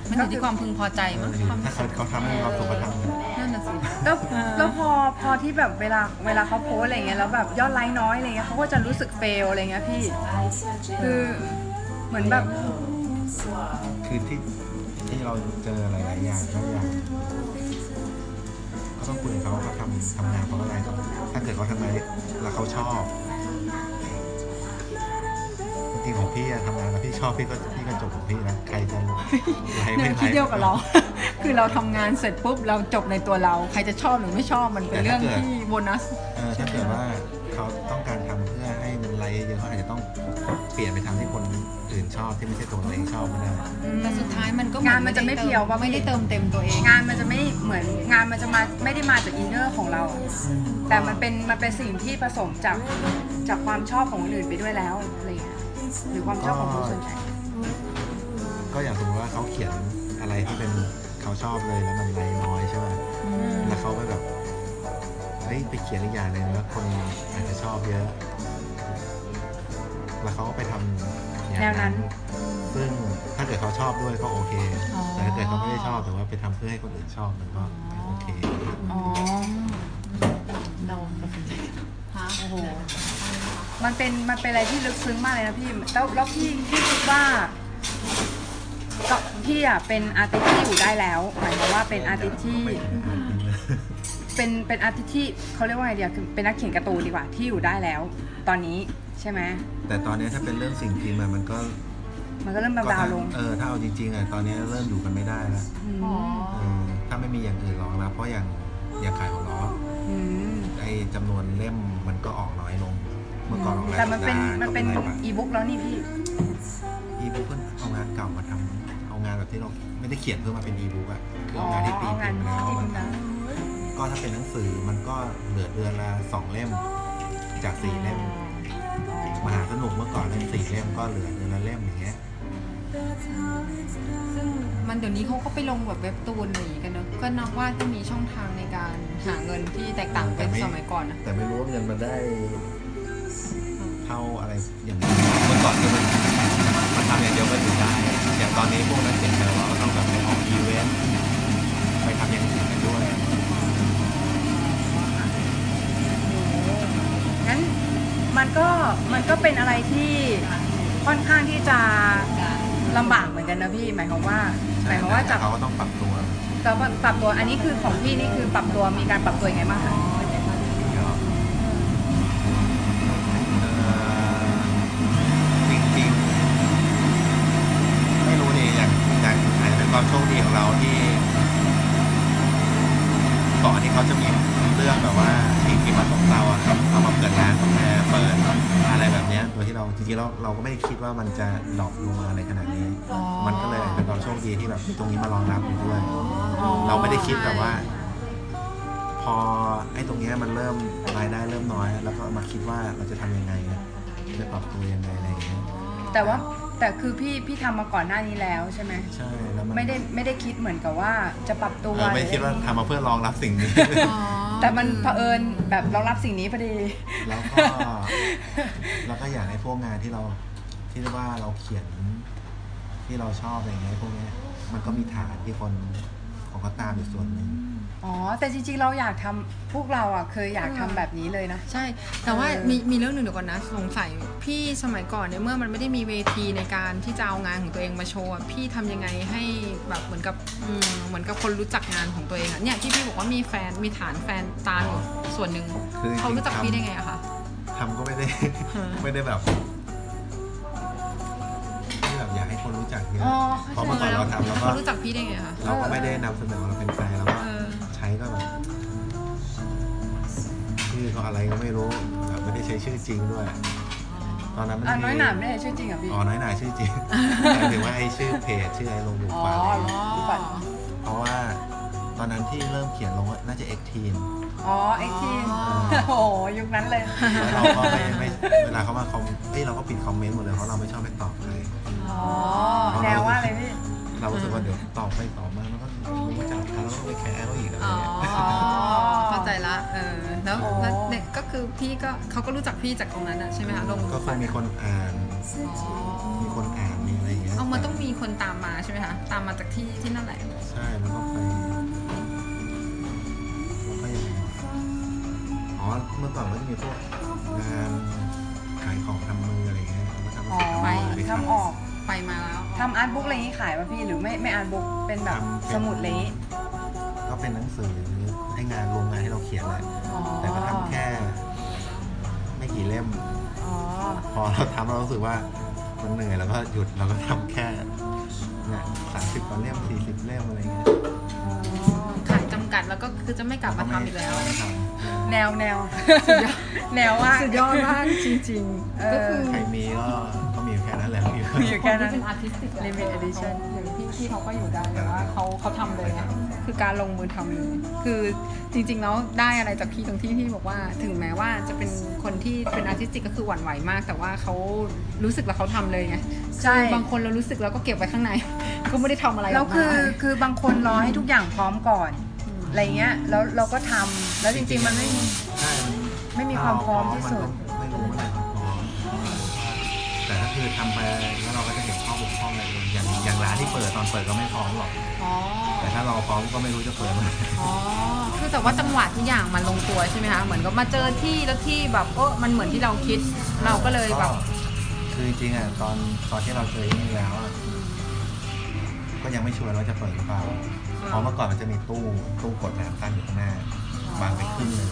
Speaker 5: มันอยู่ที่ความพึงพอใจมั้งความ
Speaker 4: ถ้าเขาเขาทำให้เขาสุขภาพเนี่ย
Speaker 5: นั่นน่ะสิ
Speaker 2: แล้วแล้วพอพอที่แบบเวลาเวลาเขาโพสอะไรเงี้ยแล้วแบบยอดไลค์น้อยอะไรเงี้ยเขาก็จะรู้สึกเฟลอะไรเงี้ยพี่ คือเหมือนแบบ
Speaker 4: คือที่ที่เราเจอหลายๆอย่างก็อย่าง ก็ต้องคุยกับเขาว่าเขาทำทำงานเพราะอะไรก่อนถ้าเกิดเขาทำงานแล้วเขาชอบจริงๆของพี่อะทำงานแล้วพี่ชอบพี่ก็พี่ก็จบของพี่นะใครจะรู้ใคร
Speaker 5: แน
Speaker 4: ไม่
Speaker 5: ว
Speaker 4: ใคร
Speaker 5: คิดเดียวกับเรา คือเราทำงานเสร็จปุ๊บเราจบในตัวเรา ใครจะชอบหรือไม่ชอบมันเป็นเรื่องที่โบนัส
Speaker 4: เออถ้าเกิดว่าเขาต้องการทำเพื่อให้มันไลค์เยอะเขาอาจจะต้องเปลี่ยนไปทำที่คนอื่นชอบที่ไม่ใช่ตัวเราเองชอบก็ได้
Speaker 5: แต่สุดท้ายมันก็เหอง
Speaker 2: านมันจะไม่เพียวว่า
Speaker 5: ไม่ได้เติมเต็มตัวเอง
Speaker 2: งานมันจะไม่เหมือนงานมันจะมาไม่ได้มาจากอินเนอร์ของเราอะแต่มันเป็นมันเป็นสิ่งที่ผสมจากจากความชอบของคนอื่นไปด้วยแล้วอะไรอย่างเงี้ยหรือความชอบของผู้สนใจ
Speaker 4: ก็อย่างสมมติว่าเขาเขียนอะไรที่เป็นเขาชอบเลยแล้วมันไลค์น้อยใช่ไหมแล้วเขาไปแบบเฮ้ยไปเขียนอีกอย่างหนึ่งแล้วคนอาจจะชอบเยอะ แล้วเขาก็ไปทำอย่าง
Speaker 2: แนวนั้น
Speaker 4: ซึ่งถ้าเกิดเขาชอบด้วยก็โอเค
Speaker 5: อ๋อ
Speaker 4: แต่ถ้าเกิดเขาไม่ได้ชอบแต่ว่าไปทำเพื่อให้คนอื่นชอบมันก็ไม่โอเค
Speaker 2: อ๋อ
Speaker 6: เราตัดสินใจ
Speaker 2: โอ้โห มันเป็นมันเป็นอะไรที่ลึกซึ้งมากเลยนะพี่ แล้วแล้วพี่พี่คิดว่าก็พี่อ่ะเป็นอาร์ติสที่อยู่ได้แล้ว หมายความว่าเป็นอาร์ติสที่ เป็นเป็นอาร์ติสที่เขาเรียกว่าไงเดียวคือเป็นนักเขียนการ์ตูนดีกว่าที่อยู่ได้แล้ว ตอนนี้ใช่ไหม
Speaker 4: แต่ตอนนี้ถ้าเป็นเรื่องสิ่งพิมพ์อะมันก็
Speaker 2: มันก็เริ่ม
Speaker 4: ก็
Speaker 2: บาง
Speaker 4: ถ้า
Speaker 2: ๆลง
Speaker 4: เออถ้าเอาจริงๆอะตอนนี้เริ่มอยู่กันไม่ได้แล้ว
Speaker 2: ม
Speaker 4: เออถ้าไม่มีอย่างอื่นรองรับเพราะอย่างอย่างขายของล้อ
Speaker 2: อืม
Speaker 4: ไอ้จำนวนเล่มมันก็ออกน้อยลง เมื่อก่อนออกหลาย
Speaker 2: แต่มันเป็น
Speaker 4: สัปดาห์
Speaker 2: มันเป็น
Speaker 4: ก็หลายวั
Speaker 2: อีบุ๊กแล้วนี่พี่
Speaker 4: อีบุ๊กเพิ่งเอางานเก่ามาทำเอางานแบบที่เราไม่ได้เขียนเพื่อมาเป็นอีบุ๊กอะคือเอางานที่ตีพิมพ์มาแล้ว
Speaker 2: อ๋อเอางานที่ตีพิมพ์มา
Speaker 4: ก็ถ้าเป็นหนังสือมันก็เหลือเดือนละสองเล่ม จากสี่เล่ม มหาสนุกเมื่อก่อนเล่มสี่เล่มก็เหลือเดือนละเล่มอย่างเงี้ย
Speaker 5: ซึ่งมันเดี๋ยวนี้เขาก็ไปลงแบบเว็บตูนหนีกันเนอะก็นับว่าที่มีช่องทางในการหาเงินที่แตกต่างไปสมัยก่อนนะ
Speaker 4: แต่ไม่รู้ว่าเงินมันได้เท่าอะไรอย่างนี้เมื่อก่อนคือมันมันทำอย่างเดียวก็อยู่ได้อย่างตอนนี้พวกนักเขียนแต่ว่าก็ต้องแบบไปออกอีเวนต์ไปทำอย่างอื่นกันด้วย
Speaker 2: งั้นมันก็มันก็เป็นอะไรที่ค่อนข้างที่จะลำบากเหมือนกันนะพี่ หมายความว่า หมายความว่าจับ
Speaker 4: เขาก็ต้องปรับตัว
Speaker 2: จับปรับตัวอันนี้คือของพี่นี่คือปรับตัวมีการปรับตัวยังไงบ้างคะ
Speaker 4: ก็เอ่อจริงๆไม่รู้ดิอย่างอย่างอาจจะเป็นความโชคดีของเราที่ก่อนที่เขาจะมีเรื่องแบบว่าสิ่งที่มาของเราอะครับเอามาเปิดร้านกาแฟเปิดอะไรแบบเนี้ยโดยที่เราจริงๆเราเราก็ไม่ได้คิดว่ามันจะดรอปลงมาอะไรขนาดนี้ มันก็เลยเป็นความโชคดีที่แบบมีตรงนี้มารองรับอยู่ด้วย เราไม่ได้คิดแบบว่า พอไอ้ตรงเนี้ยมันเริ่มรายได้เริ่มน้อย แล้วก็มาคิดว่าเราจะทำยังไงจะปรับตัวยังไงอะไรอย่างเงี้ย
Speaker 2: แต่ว่าแต่คือพี่พี่ทำมาก่อนหน้านี้แล้วใช่ไหม
Speaker 4: ใช่แล้วมัน
Speaker 2: ไม่ได้ไม่ได้คิดเหมือนกับว่าจะปรับตัว
Speaker 4: เออไม่ได้คิดว่าทำมาเพื่อรองรับสิ่ง นี้
Speaker 5: อ๋อ
Speaker 2: แต่มันเผอิญแบบเรารับสิ่งนี้พอดี
Speaker 4: แล้วก็แล้วก็อย่างไอ้พวกงานที่เราที่ว่าเราเขียนที่เราชอบอะไรอย่างเงี้ยพวกเนี้ยมันก็มีฐานที่คนของเขาตามอยู่ส่วนหนึ่ง
Speaker 2: อ๋อ แต่จริงๆ เราอยากทำพวกเราอ่ะเคยอยากทำแบบนี้เลยนะ
Speaker 5: ใช่ แต่ว่า
Speaker 2: เออ
Speaker 5: มีมีเรื่องหนึ่งเดี๋ยวก่อนนะ สงสัยพี่สมัยก่อนเนี่ยเมื่อมันไม่ได้มีเวทีในการที่จะเอางานของตัวเองมาโชว์อะพี่ทำยังไงให้แบบเหมือนกับอืมเหมือนกับคนรู้จักงานของตัวเองอะเนี่ยที่พี่บอกว่ามีแฟนมีฐานแฟนตามอยู่ส่วนหนึ่ง
Speaker 4: คือจริงๆ
Speaker 5: เขารู้จัก
Speaker 4: ทำ
Speaker 5: พี่ได้ไงอะคะ
Speaker 4: ทำก็ไม่ได้ ไม่ได้แบบไม่แบบอยากให้คนรู้จักเยอะ
Speaker 5: อ๋อ
Speaker 4: เพราะเมื่อก่อนเราทำแล้วก็
Speaker 5: เขารู้จักพี่ได้ไงอะคะ
Speaker 4: เราก็ไม่ได้นำเสนอว่าเราเป็นแฟนแล้วก็
Speaker 5: เออ
Speaker 4: ใช้ก็แบบชื่อเขาอะไรก็ไม่รู้แบบไม่ได้ใช้ชื่อจริงด้วย ตอนนั้นมัน
Speaker 2: อ่ะน้อยหนาม
Speaker 4: มี
Speaker 2: ได้ชื่อจริงเหรอพี่
Speaker 4: อ๋อน้อยหนาชื่อ จริงหมายถึงว่าไอ้ชื่อเพจชื่ออะไรลงบุกฟ้า
Speaker 2: อ๋อ
Speaker 4: อะไรเงี้ย
Speaker 5: อ๋อ
Speaker 4: เพราะว่าตอนนั้นที่เริ่มเขียนลงว่าน่าจะเอ็กทีน
Speaker 2: อ๋อไอทีน โอ้โหยุคนั้นเลย
Speaker 4: แล้วเราก็ไม่ไม่เวลาเขามาคอมเอ้ยเราก็ปิดคอมเมนต์หมดเลยเพราะเราไม่ชอบไปตอบใคร
Speaker 2: อ๋อ แนวว่าอะไรพี่
Speaker 4: เรารู้สึกว่าเดี๋ยวตอบไปตอบมามันก็ไม่รู้จักกันแล้วก็ไปแคร์เขาอีกอะไร
Speaker 5: อ๋อ
Speaker 4: เงี้ย
Speaker 5: เข้าใจละเออแล้ว
Speaker 2: โอ้
Speaker 5: แล้วเนี่ยก็คือพี่ก็เขาก็รู้จักพี่จากตรงนั้นอะใช่ไหมคะลง
Speaker 4: ก็คงมีคนอ่าน
Speaker 5: อ๋อ
Speaker 4: มีคนอ่านมีอะไรอย่างเงี้ย
Speaker 5: เอามันต้องมีคนตามมาใช่ไหมคะ ตามมาจากที่ที่นั่นแหละ
Speaker 4: ใช่มันก็ไปแล้วก็ยังไงวะอ๋อเมื่อก่อนก็จะมีพวกงานขายของทำมืออะไรเงี้ยเราก็ทำ
Speaker 2: อ๋อ
Speaker 4: ทำมือไปขาย
Speaker 2: ทำออก
Speaker 5: ไปมาแล้ว
Speaker 2: ทำอาร์ตบุ๊กอะไรอย่างงี้ขายป่ะพี่ หรือไม่ไม่อาร์ตบุ๊กเป็นแบบสมุดอะไรอย่างงี้
Speaker 4: ก็เป็นหนังสือให้งานลงงานให้เราเขียนแหละ
Speaker 2: อ๋อ
Speaker 4: แต่ก็ทำแค่ ไม่กี่เล่ม
Speaker 2: อ๋อ
Speaker 4: พอเราทำเรารู้สึกว่ามันเหนื่อยแล้วก็หยุดเราก็ทำแค่เนี่ยสามสิบกว่าเล่มสี่สิบเล่มอะไรเงี้ย
Speaker 5: ขายจำกัดแล้วก็คือจะไม่กลับมาทำอีกแล้ว
Speaker 4: ไม่ท
Speaker 2: แนวแนวแนวว่า
Speaker 5: สุดยอดมากจริง
Speaker 2: เออ
Speaker 5: ๆ ก็คือ
Speaker 4: ำใครมีก็ก็มีอยู่แค่นั้นแหละมี
Speaker 2: มีอยู่
Speaker 5: ค
Speaker 2: แค่
Speaker 5: น
Speaker 2: นั้
Speaker 5: ที่
Speaker 2: น
Speaker 5: เป็นอาร์
Speaker 2: Limit
Speaker 5: ติสติก
Speaker 2: edition
Speaker 5: อย่างพี่ที่เขาก็อยู่ได้แต่ว่าเขาเขาทำเลยไง
Speaker 3: คือการลงมือทำเลยคือจริงๆแล้วได้อะไรจากพี่ตรงที่พี่บอกว่าถึงแม้ว่าจะเป็นคนที่เป็นอาร์ติสติกก็คือหวั่นไหวมาก แต่ว่าเขารู้สึกแล้วเขาทำเลยไง
Speaker 2: ใช่
Speaker 3: คือบางคนเรารู้สึกแล้วก็เก็บไว้ข้างใน ก็ไม่ได้ทำอะไร
Speaker 2: แล้วคือ
Speaker 3: ออกมา
Speaker 2: คือบางคนรอให้ทุกอย่างพร้อมก่อนอะไรเงี้ย แล้วเราก็ทำแล้วจริงๆมันไม่มี
Speaker 4: ใช่
Speaker 2: ไม่มีความพร้อมที่สุด
Speaker 4: ไม่รู้ว่าอะไรความพร้อมแต่ถ้าคือทำไปแล้วเราก็จะเห็นข้อบกพร่องอะไรเองอย่างอย่างร้านที่เปิดตอนเปิดก็ไม่พร้อมหรอก
Speaker 5: อ๋อ
Speaker 4: แต่ถ้าเราพร้อมก็ไม่รู้จะเปิดเมื่อไหร่
Speaker 5: อ๋อ คือแต่ว่าจังหวะทุกอย่างมันลงตัวใช่ไหมคะ เหมือนกับมาเจอที่แล้วที่แบบเออมันเหมือนที่เราคิด เราก็เลยแบบ
Speaker 4: คือจริงๆอ่ะตอนตอนที่เราเจอที่นี่แล้วอ่ะก็ยังไม่ชัวร์ว่าจะเปิดหรือเปล่าเพราะเมื่อก่อนมันจะมีตู้ตู้กดน้ำตั้งอยู่ข้างหน้าวางไปครึ่งหนึ่ง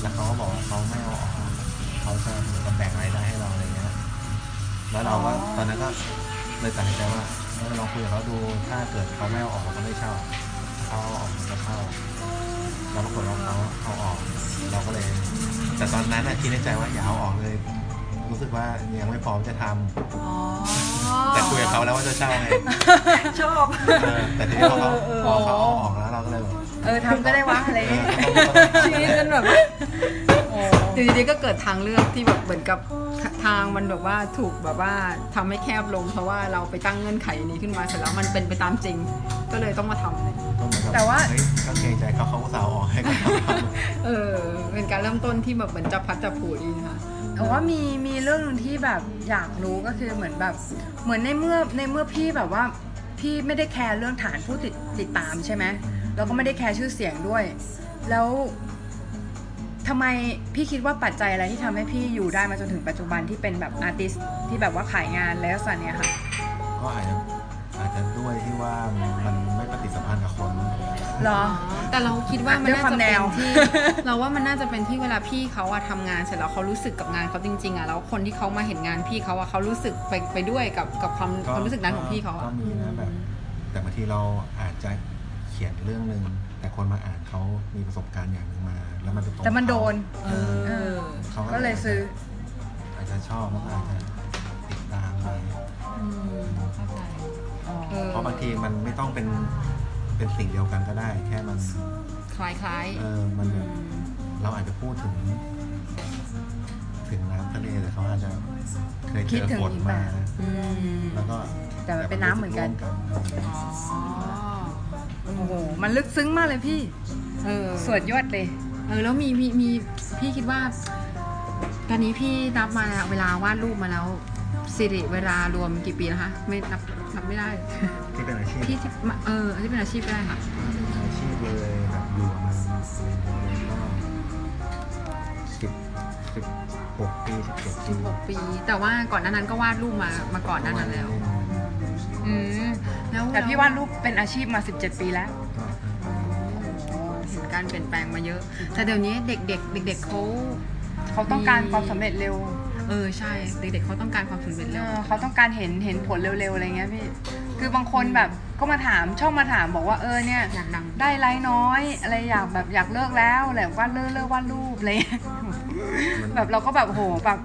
Speaker 4: แล้วเขาก็บอกว่าเขาไม่เอาออกเขาจะเหมือนกับแบ่งรายได้ให้เราอะไรเงี้ยแล้วเราก็ตอนนั้นก็เลยตัดสินใจว่าเราลองคุยกับเขาดูถ้าเกิดเขาไม่เอาออกเขาไม่เช่าเขาเอาออกมันก็เช่าแล้วปรากฏว่าเขาเอาออก เราก็เลย แต่ตอนนั้นอะคิดในใจว่าอย่าเอาออกเลย รู้สึกว่ายังไม่พร้อมจะทำ
Speaker 5: อ๋อ
Speaker 4: แต่คุยกับเขาแล้วว่าจะเช่าไง
Speaker 2: ชอบ
Speaker 4: เออแต่ทีนี้พอเขาพอเขาเอาออกแล้วเราก็เลยแบบ
Speaker 2: เออทำก็ได้วะอะไรเงี้ย
Speaker 4: เออก็ต้องก็ต้อง
Speaker 5: ชีวิตมันแบบว่าอยู่ดีๆก็เกิดทางเลือกที่แบบเหมือนกับ
Speaker 3: ทางมันแบบว่าถูกแบบว่าทำให้แคบลง เพราะว่าเราไปตั้งเงื่อนไขนี้ขึ้นมาเสร็จแล้วมันเป็นไปตามจริง ก็เลยต้องมาทำเลย
Speaker 4: ก็เหมือนกับ
Speaker 3: แต่ว่า
Speaker 4: เฮ้ยก็เกรงใจเขาเขาก็สาวออกให้กับเราทำ
Speaker 3: เออเป็นการเริ่มต้นที่แบบเหมือนจับพัดจับผูดีนะคะ
Speaker 2: แต่ว่ามีมีเรื่องหนึงที่แบบอยากรู้ก็คือเหมือนแบบ เหมือนในเมื่อในเมื่อพี่แบบว่าพี่ไม่ได้แคร์เรื่องฐานผู้ติดติดตามใช่ไหมแล้วก็ไม่ได้แคร์ชื่อเสียงด้วย แล้วทำไมพี่คิดว่าปัจจัยอะไรที่ทำให้พี่อยู่ได้มาจนถึงปัจจุบันที่เป็นแบบอาร์ติสที่แบบว่าขายงานแล้วสันเนี้ยค่ะ
Speaker 4: ก็อาจจะอาจจะด้วยที่ว่ามันไม่ปฏิสัมพันธ์กับคน
Speaker 2: เหรอ
Speaker 5: แต่เราคิดว่ามัน
Speaker 2: ด้วย
Speaker 5: น่า
Speaker 2: ความ
Speaker 5: จะ
Speaker 2: แน
Speaker 5: เป็น
Speaker 2: ว
Speaker 5: ที่ เราว่ามันน่าจะเป็นที่เวลาพี่เขาอะทำงานเสร็จแล้วเขารู้สึกกับงานเขาจริงๆอะแล้วคนที่เขามาเห็นงานพี่เขาอะเขารู้สึกไปไปด้วยกับกับความความรู้สึกนั้นของพี่เขา
Speaker 4: ก็
Speaker 5: อะ
Speaker 4: มีนะแบบ แต่บางทีเราอาจจะเขียนเรื่องหนึ่งแต่คนมาอ่านเขามีประสบการณ์อย่างหนึ่งมา แล้วมันจะตรง
Speaker 2: แต่มันโดน
Speaker 4: เออ
Speaker 2: เออ
Speaker 4: ขา
Speaker 2: ก็เลยซื้อ
Speaker 4: อาจจะชอบแล้วก็อาจจะติดตามไป
Speaker 6: อืมเข้าใจ
Speaker 5: เออ
Speaker 4: เพราะบางทีมันไม่ต้องเป็นเป็นสิ่งเดียวกันก็ได้ แค่มัน
Speaker 5: คล้าย
Speaker 4: เออมันแบบเราอาจจะพูดถึง ถึงน้ำทะเลแต่เขาอาจจะเคยเจ
Speaker 2: คิด
Speaker 4: อ
Speaker 2: ถึง
Speaker 4: ฝน
Speaker 2: อีกแบ
Speaker 4: มา
Speaker 2: บ
Speaker 5: ๆอืม
Speaker 4: แล้วก็
Speaker 2: แต่มันเป็นน้ำเหมือนกัน
Speaker 5: อ๋อ
Speaker 2: โอ้โห มันลึกซึ้งมากเลยพี่
Speaker 5: เออ
Speaker 2: สวดยวดเลย
Speaker 5: เออแล้วมีมีมีพี่คิดว่า ตอนนี้พี่นับมาแล้วเวลาวาดรูปมาแล้วสิริเวลารวมกี่ปีนะคะไม่นับนับไม่ได้
Speaker 4: ที่เป็นอาชีพ
Speaker 5: พี่ที่มาเออที่เป็นอาชีพก็ได้ค่ะ
Speaker 4: อาชีพเลยแบบอยู่กับมันก็สิบสิบหกปีสิบเจ็ดปี
Speaker 5: 16ปี แต่ว่าก่อนหน้านั้นก็วาดรูปมามาก่อนหน้านั้นแล้ว อืมแล้ว
Speaker 2: แต่พี่วาดรูปเป็นอาชีพมา 17 ปีแล้ว
Speaker 4: ก็
Speaker 5: เห็นการเปลี่ยนแปลงมาเยอะ แต่เดี๋ยวนี้เด็กเด็กเด็กเด็กๆเขา
Speaker 2: เขาต้องการความสำเร็จเร็ว
Speaker 5: เออใช่ เด็กเด็กๆเขาต้องการความสำเร็จ
Speaker 2: เอ
Speaker 5: เร็ว
Speaker 2: อเขาต้องการเห็นเห็นผลเร็วๆอะไรเงี้ยพี่ คือบางคนแบบก็มาถามชอบมาถามบอกว่าเออเนี่ย
Speaker 5: อยากดัง
Speaker 2: ได้ไลค์น้อย อะไรอยากแบบอยากเลิกแล้วแหละว่าเลิกเลิกวาดรูปอะไรเงี้ย แบบเราก็แบบโหแบบ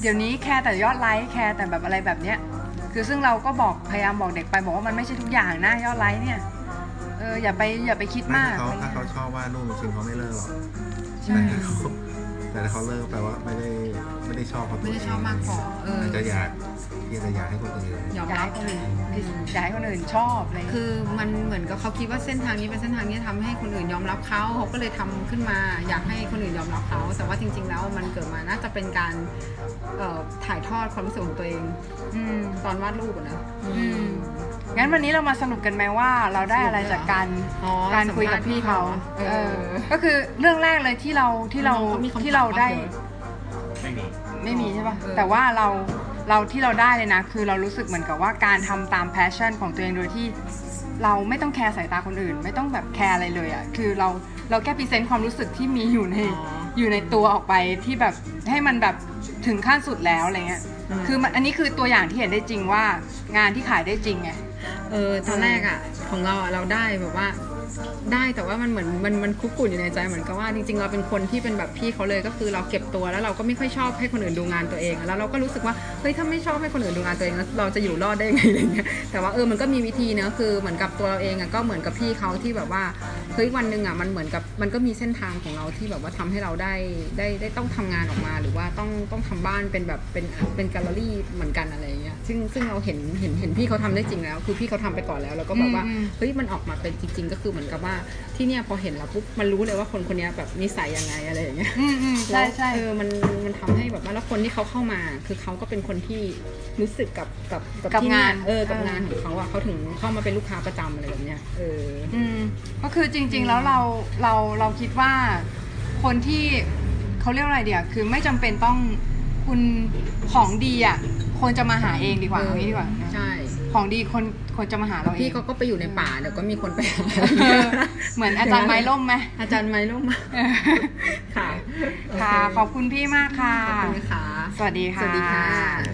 Speaker 2: เดี๋ยวนี้แคร์แต่ยอดไลค์แคร์แต่แบบอะไรแบบเนี้ยคือซึ่งเราก็บอกพยายามบอกเด็กไปบอกว่ามันไม่ใช่ทุกอย่างนะยอดไลค์เนี่ยเอออย่าไปอย่าไปคิด
Speaker 4: ไม่
Speaker 2: มาก
Speaker 4: ถ้าเขาถ้าเขาชอบวาดรูปจริงๆเขาไม่เลิกหรอก
Speaker 2: ใช่
Speaker 4: แต่ถ้าเขาแต่ถ้าเขาเลิกแปลว่าไม่ได้ไม่ได้ชอบเขาตัวเอง
Speaker 5: ไม่ได้ชอบมากพอเอออ
Speaker 4: าจจะอยากที่จะอยากให้คนอื่น
Speaker 5: ยอม
Speaker 2: อยาก
Speaker 5: รับ
Speaker 2: ให้คนอื่นอยากให้คนอื่นชอบอะไรเงี้ย
Speaker 5: คือมันเหมือนกับเขาคิดว่าเส้นทางนี้เป็นเส้นทางที่ทำให้คนอื่นยอมรับเขาเขาก็เลยทำขึ้นมา อยากให้คนอื่นยอมรับเขาแต่ว่าจริง ๆ แล้วมันเกิดมาน่าจะเป็นการเอ่อถ่ายทอดความรู้สึกของตัวเอง
Speaker 2: อืม
Speaker 5: ตอนวาดรูปอะนะ
Speaker 2: อืมงั้นวันนี้เรามาสรุปกันไหมว่าเราได้อะไรจากการ
Speaker 5: อ๋อ
Speaker 2: การคุยกับพี่เขา
Speaker 5: เอ
Speaker 2: เออ
Speaker 5: อ
Speaker 2: ก็คือเรื่องแรกเลยที่เราที่เรา
Speaker 5: น้องเขามีคำถาม
Speaker 2: ที่เราได้
Speaker 5: บ้างเหรอ
Speaker 2: ไม่มีใช่ป่ะ
Speaker 5: เออ
Speaker 2: แต่ว่าเราเราที่เราได้เลยนะ คือเรารู้สึกเหมือนกับว่าการทำตามแพชชั่นของตัวเองโดยที่ เราไม่ต้องแคร์สายตาคนอื่น ไม่ต้องแบบแคร์อะไรเลยอ่ะคือเราเราแค่พรีเซนต์ความรู้สึกที่มีอยู่ใน
Speaker 5: อ๋อ
Speaker 2: อยู่ในตัวออกไปที่แบบให้มันแบบถึงขั้นสุดแล้วอะไรเงี้ย
Speaker 5: อืม
Speaker 2: คือมันอันนี้คือตัวอย่างที่เห็นได้จริงว่างานที่ขายได้จริงไง
Speaker 5: เออตอนแรกอ่ะของเราอะเราได้แบบว่าได้แต่ว่ามันเหมือนมันมันคุกกุ่นอยู่ในใจเหมือนกับว่าจริงๆ เราเป็นคนที่เป็นแบบพี่เขาเลยก็คือเราเก็บตัวแล้วเราก็ไม่ค่อยชอบให้คนอื่นดูงานตัวเองอะแล้วเราก็รู้สึกว่าเฮ้ยถ้าไม่ชอบให้คนอื่นดูงานตัวเองแล้วเราจะอยู่รอดได้ยังไงอะไรเงี้ยแต่ว่าเออมันก็มีวิธีเนอะคือเหมือนกับตัวเราเองอ่ะก็เหมือนกับพี่เขาที่แบบว่าเฮ้ยวันหนึ่งอ่ะมันเหมือนกับมันก็มีเส้นทางของเราที่แบบว่าทำให้เราได้ได้ได้ต้องทำงานออกมา หรือว่าต้องต้องทำบ้านเป็นแบบเป็นเป็นแกลเลอรี่เหมือนกันอะไรเงี้ยซึ่งซึ่งเราเห็นเห็นเห็นพี่เขาทำได้จริงแล้ว คือพี่เขาทำไปก่อนแล้วแล้วก็แบบว่า
Speaker 2: อืมอืม
Speaker 5: เฮ้ยมันออกมาเป็นจริง ๆ ก็คือเหมือนกับว่าที่เนี่ยพอเห็นแล้วปุ๊บมันรู้เลยว่าคนคนเนี้ยแบบนิสัยยังไงอะไรอย่างเงี้ย
Speaker 2: อืมอืมใช่ใช่
Speaker 5: เออมันมันทำให้แบบว่าแล้วคนที่เขาเข้ามา คือเขาก็เป็นคนที่รู้สึกกับกับ
Speaker 2: กับ
Speaker 5: ที่
Speaker 2: งาน
Speaker 5: เออกับงานของเขาอ่ะเขาถึงเข้ามาเป็นลูกค้าประจำอะไรแบบเนี้ยเออ
Speaker 2: อืมก็คือจริง ๆ แล้วเราเราเราคิดว่าคนที่เขาเรียกอะไรเดียวคือไม่จำเป็นต้องคุณของดีอ่ะคนจะมาหาเองดีกว่า
Speaker 5: เออ
Speaker 2: เอางี้ดีกว่า
Speaker 5: ใช่
Speaker 2: ของดีคนคนจะมาหาเราเอ
Speaker 5: พี่
Speaker 2: ง
Speaker 5: เขาก็ไปอยู่ในป่าเดี๋ยวก็มีคนไปหา
Speaker 2: เออ เหมือนอาจารย์ไม้ล่มไหม
Speaker 5: อาจารย์ไม้ล่มมา
Speaker 2: เออ
Speaker 5: ค่ะ
Speaker 2: ค่ะขอบคุณพี่มากค่ะ
Speaker 5: ขอบคุณค่ะ
Speaker 2: สวัสดีค่ะ
Speaker 5: สวัสดีค่ะ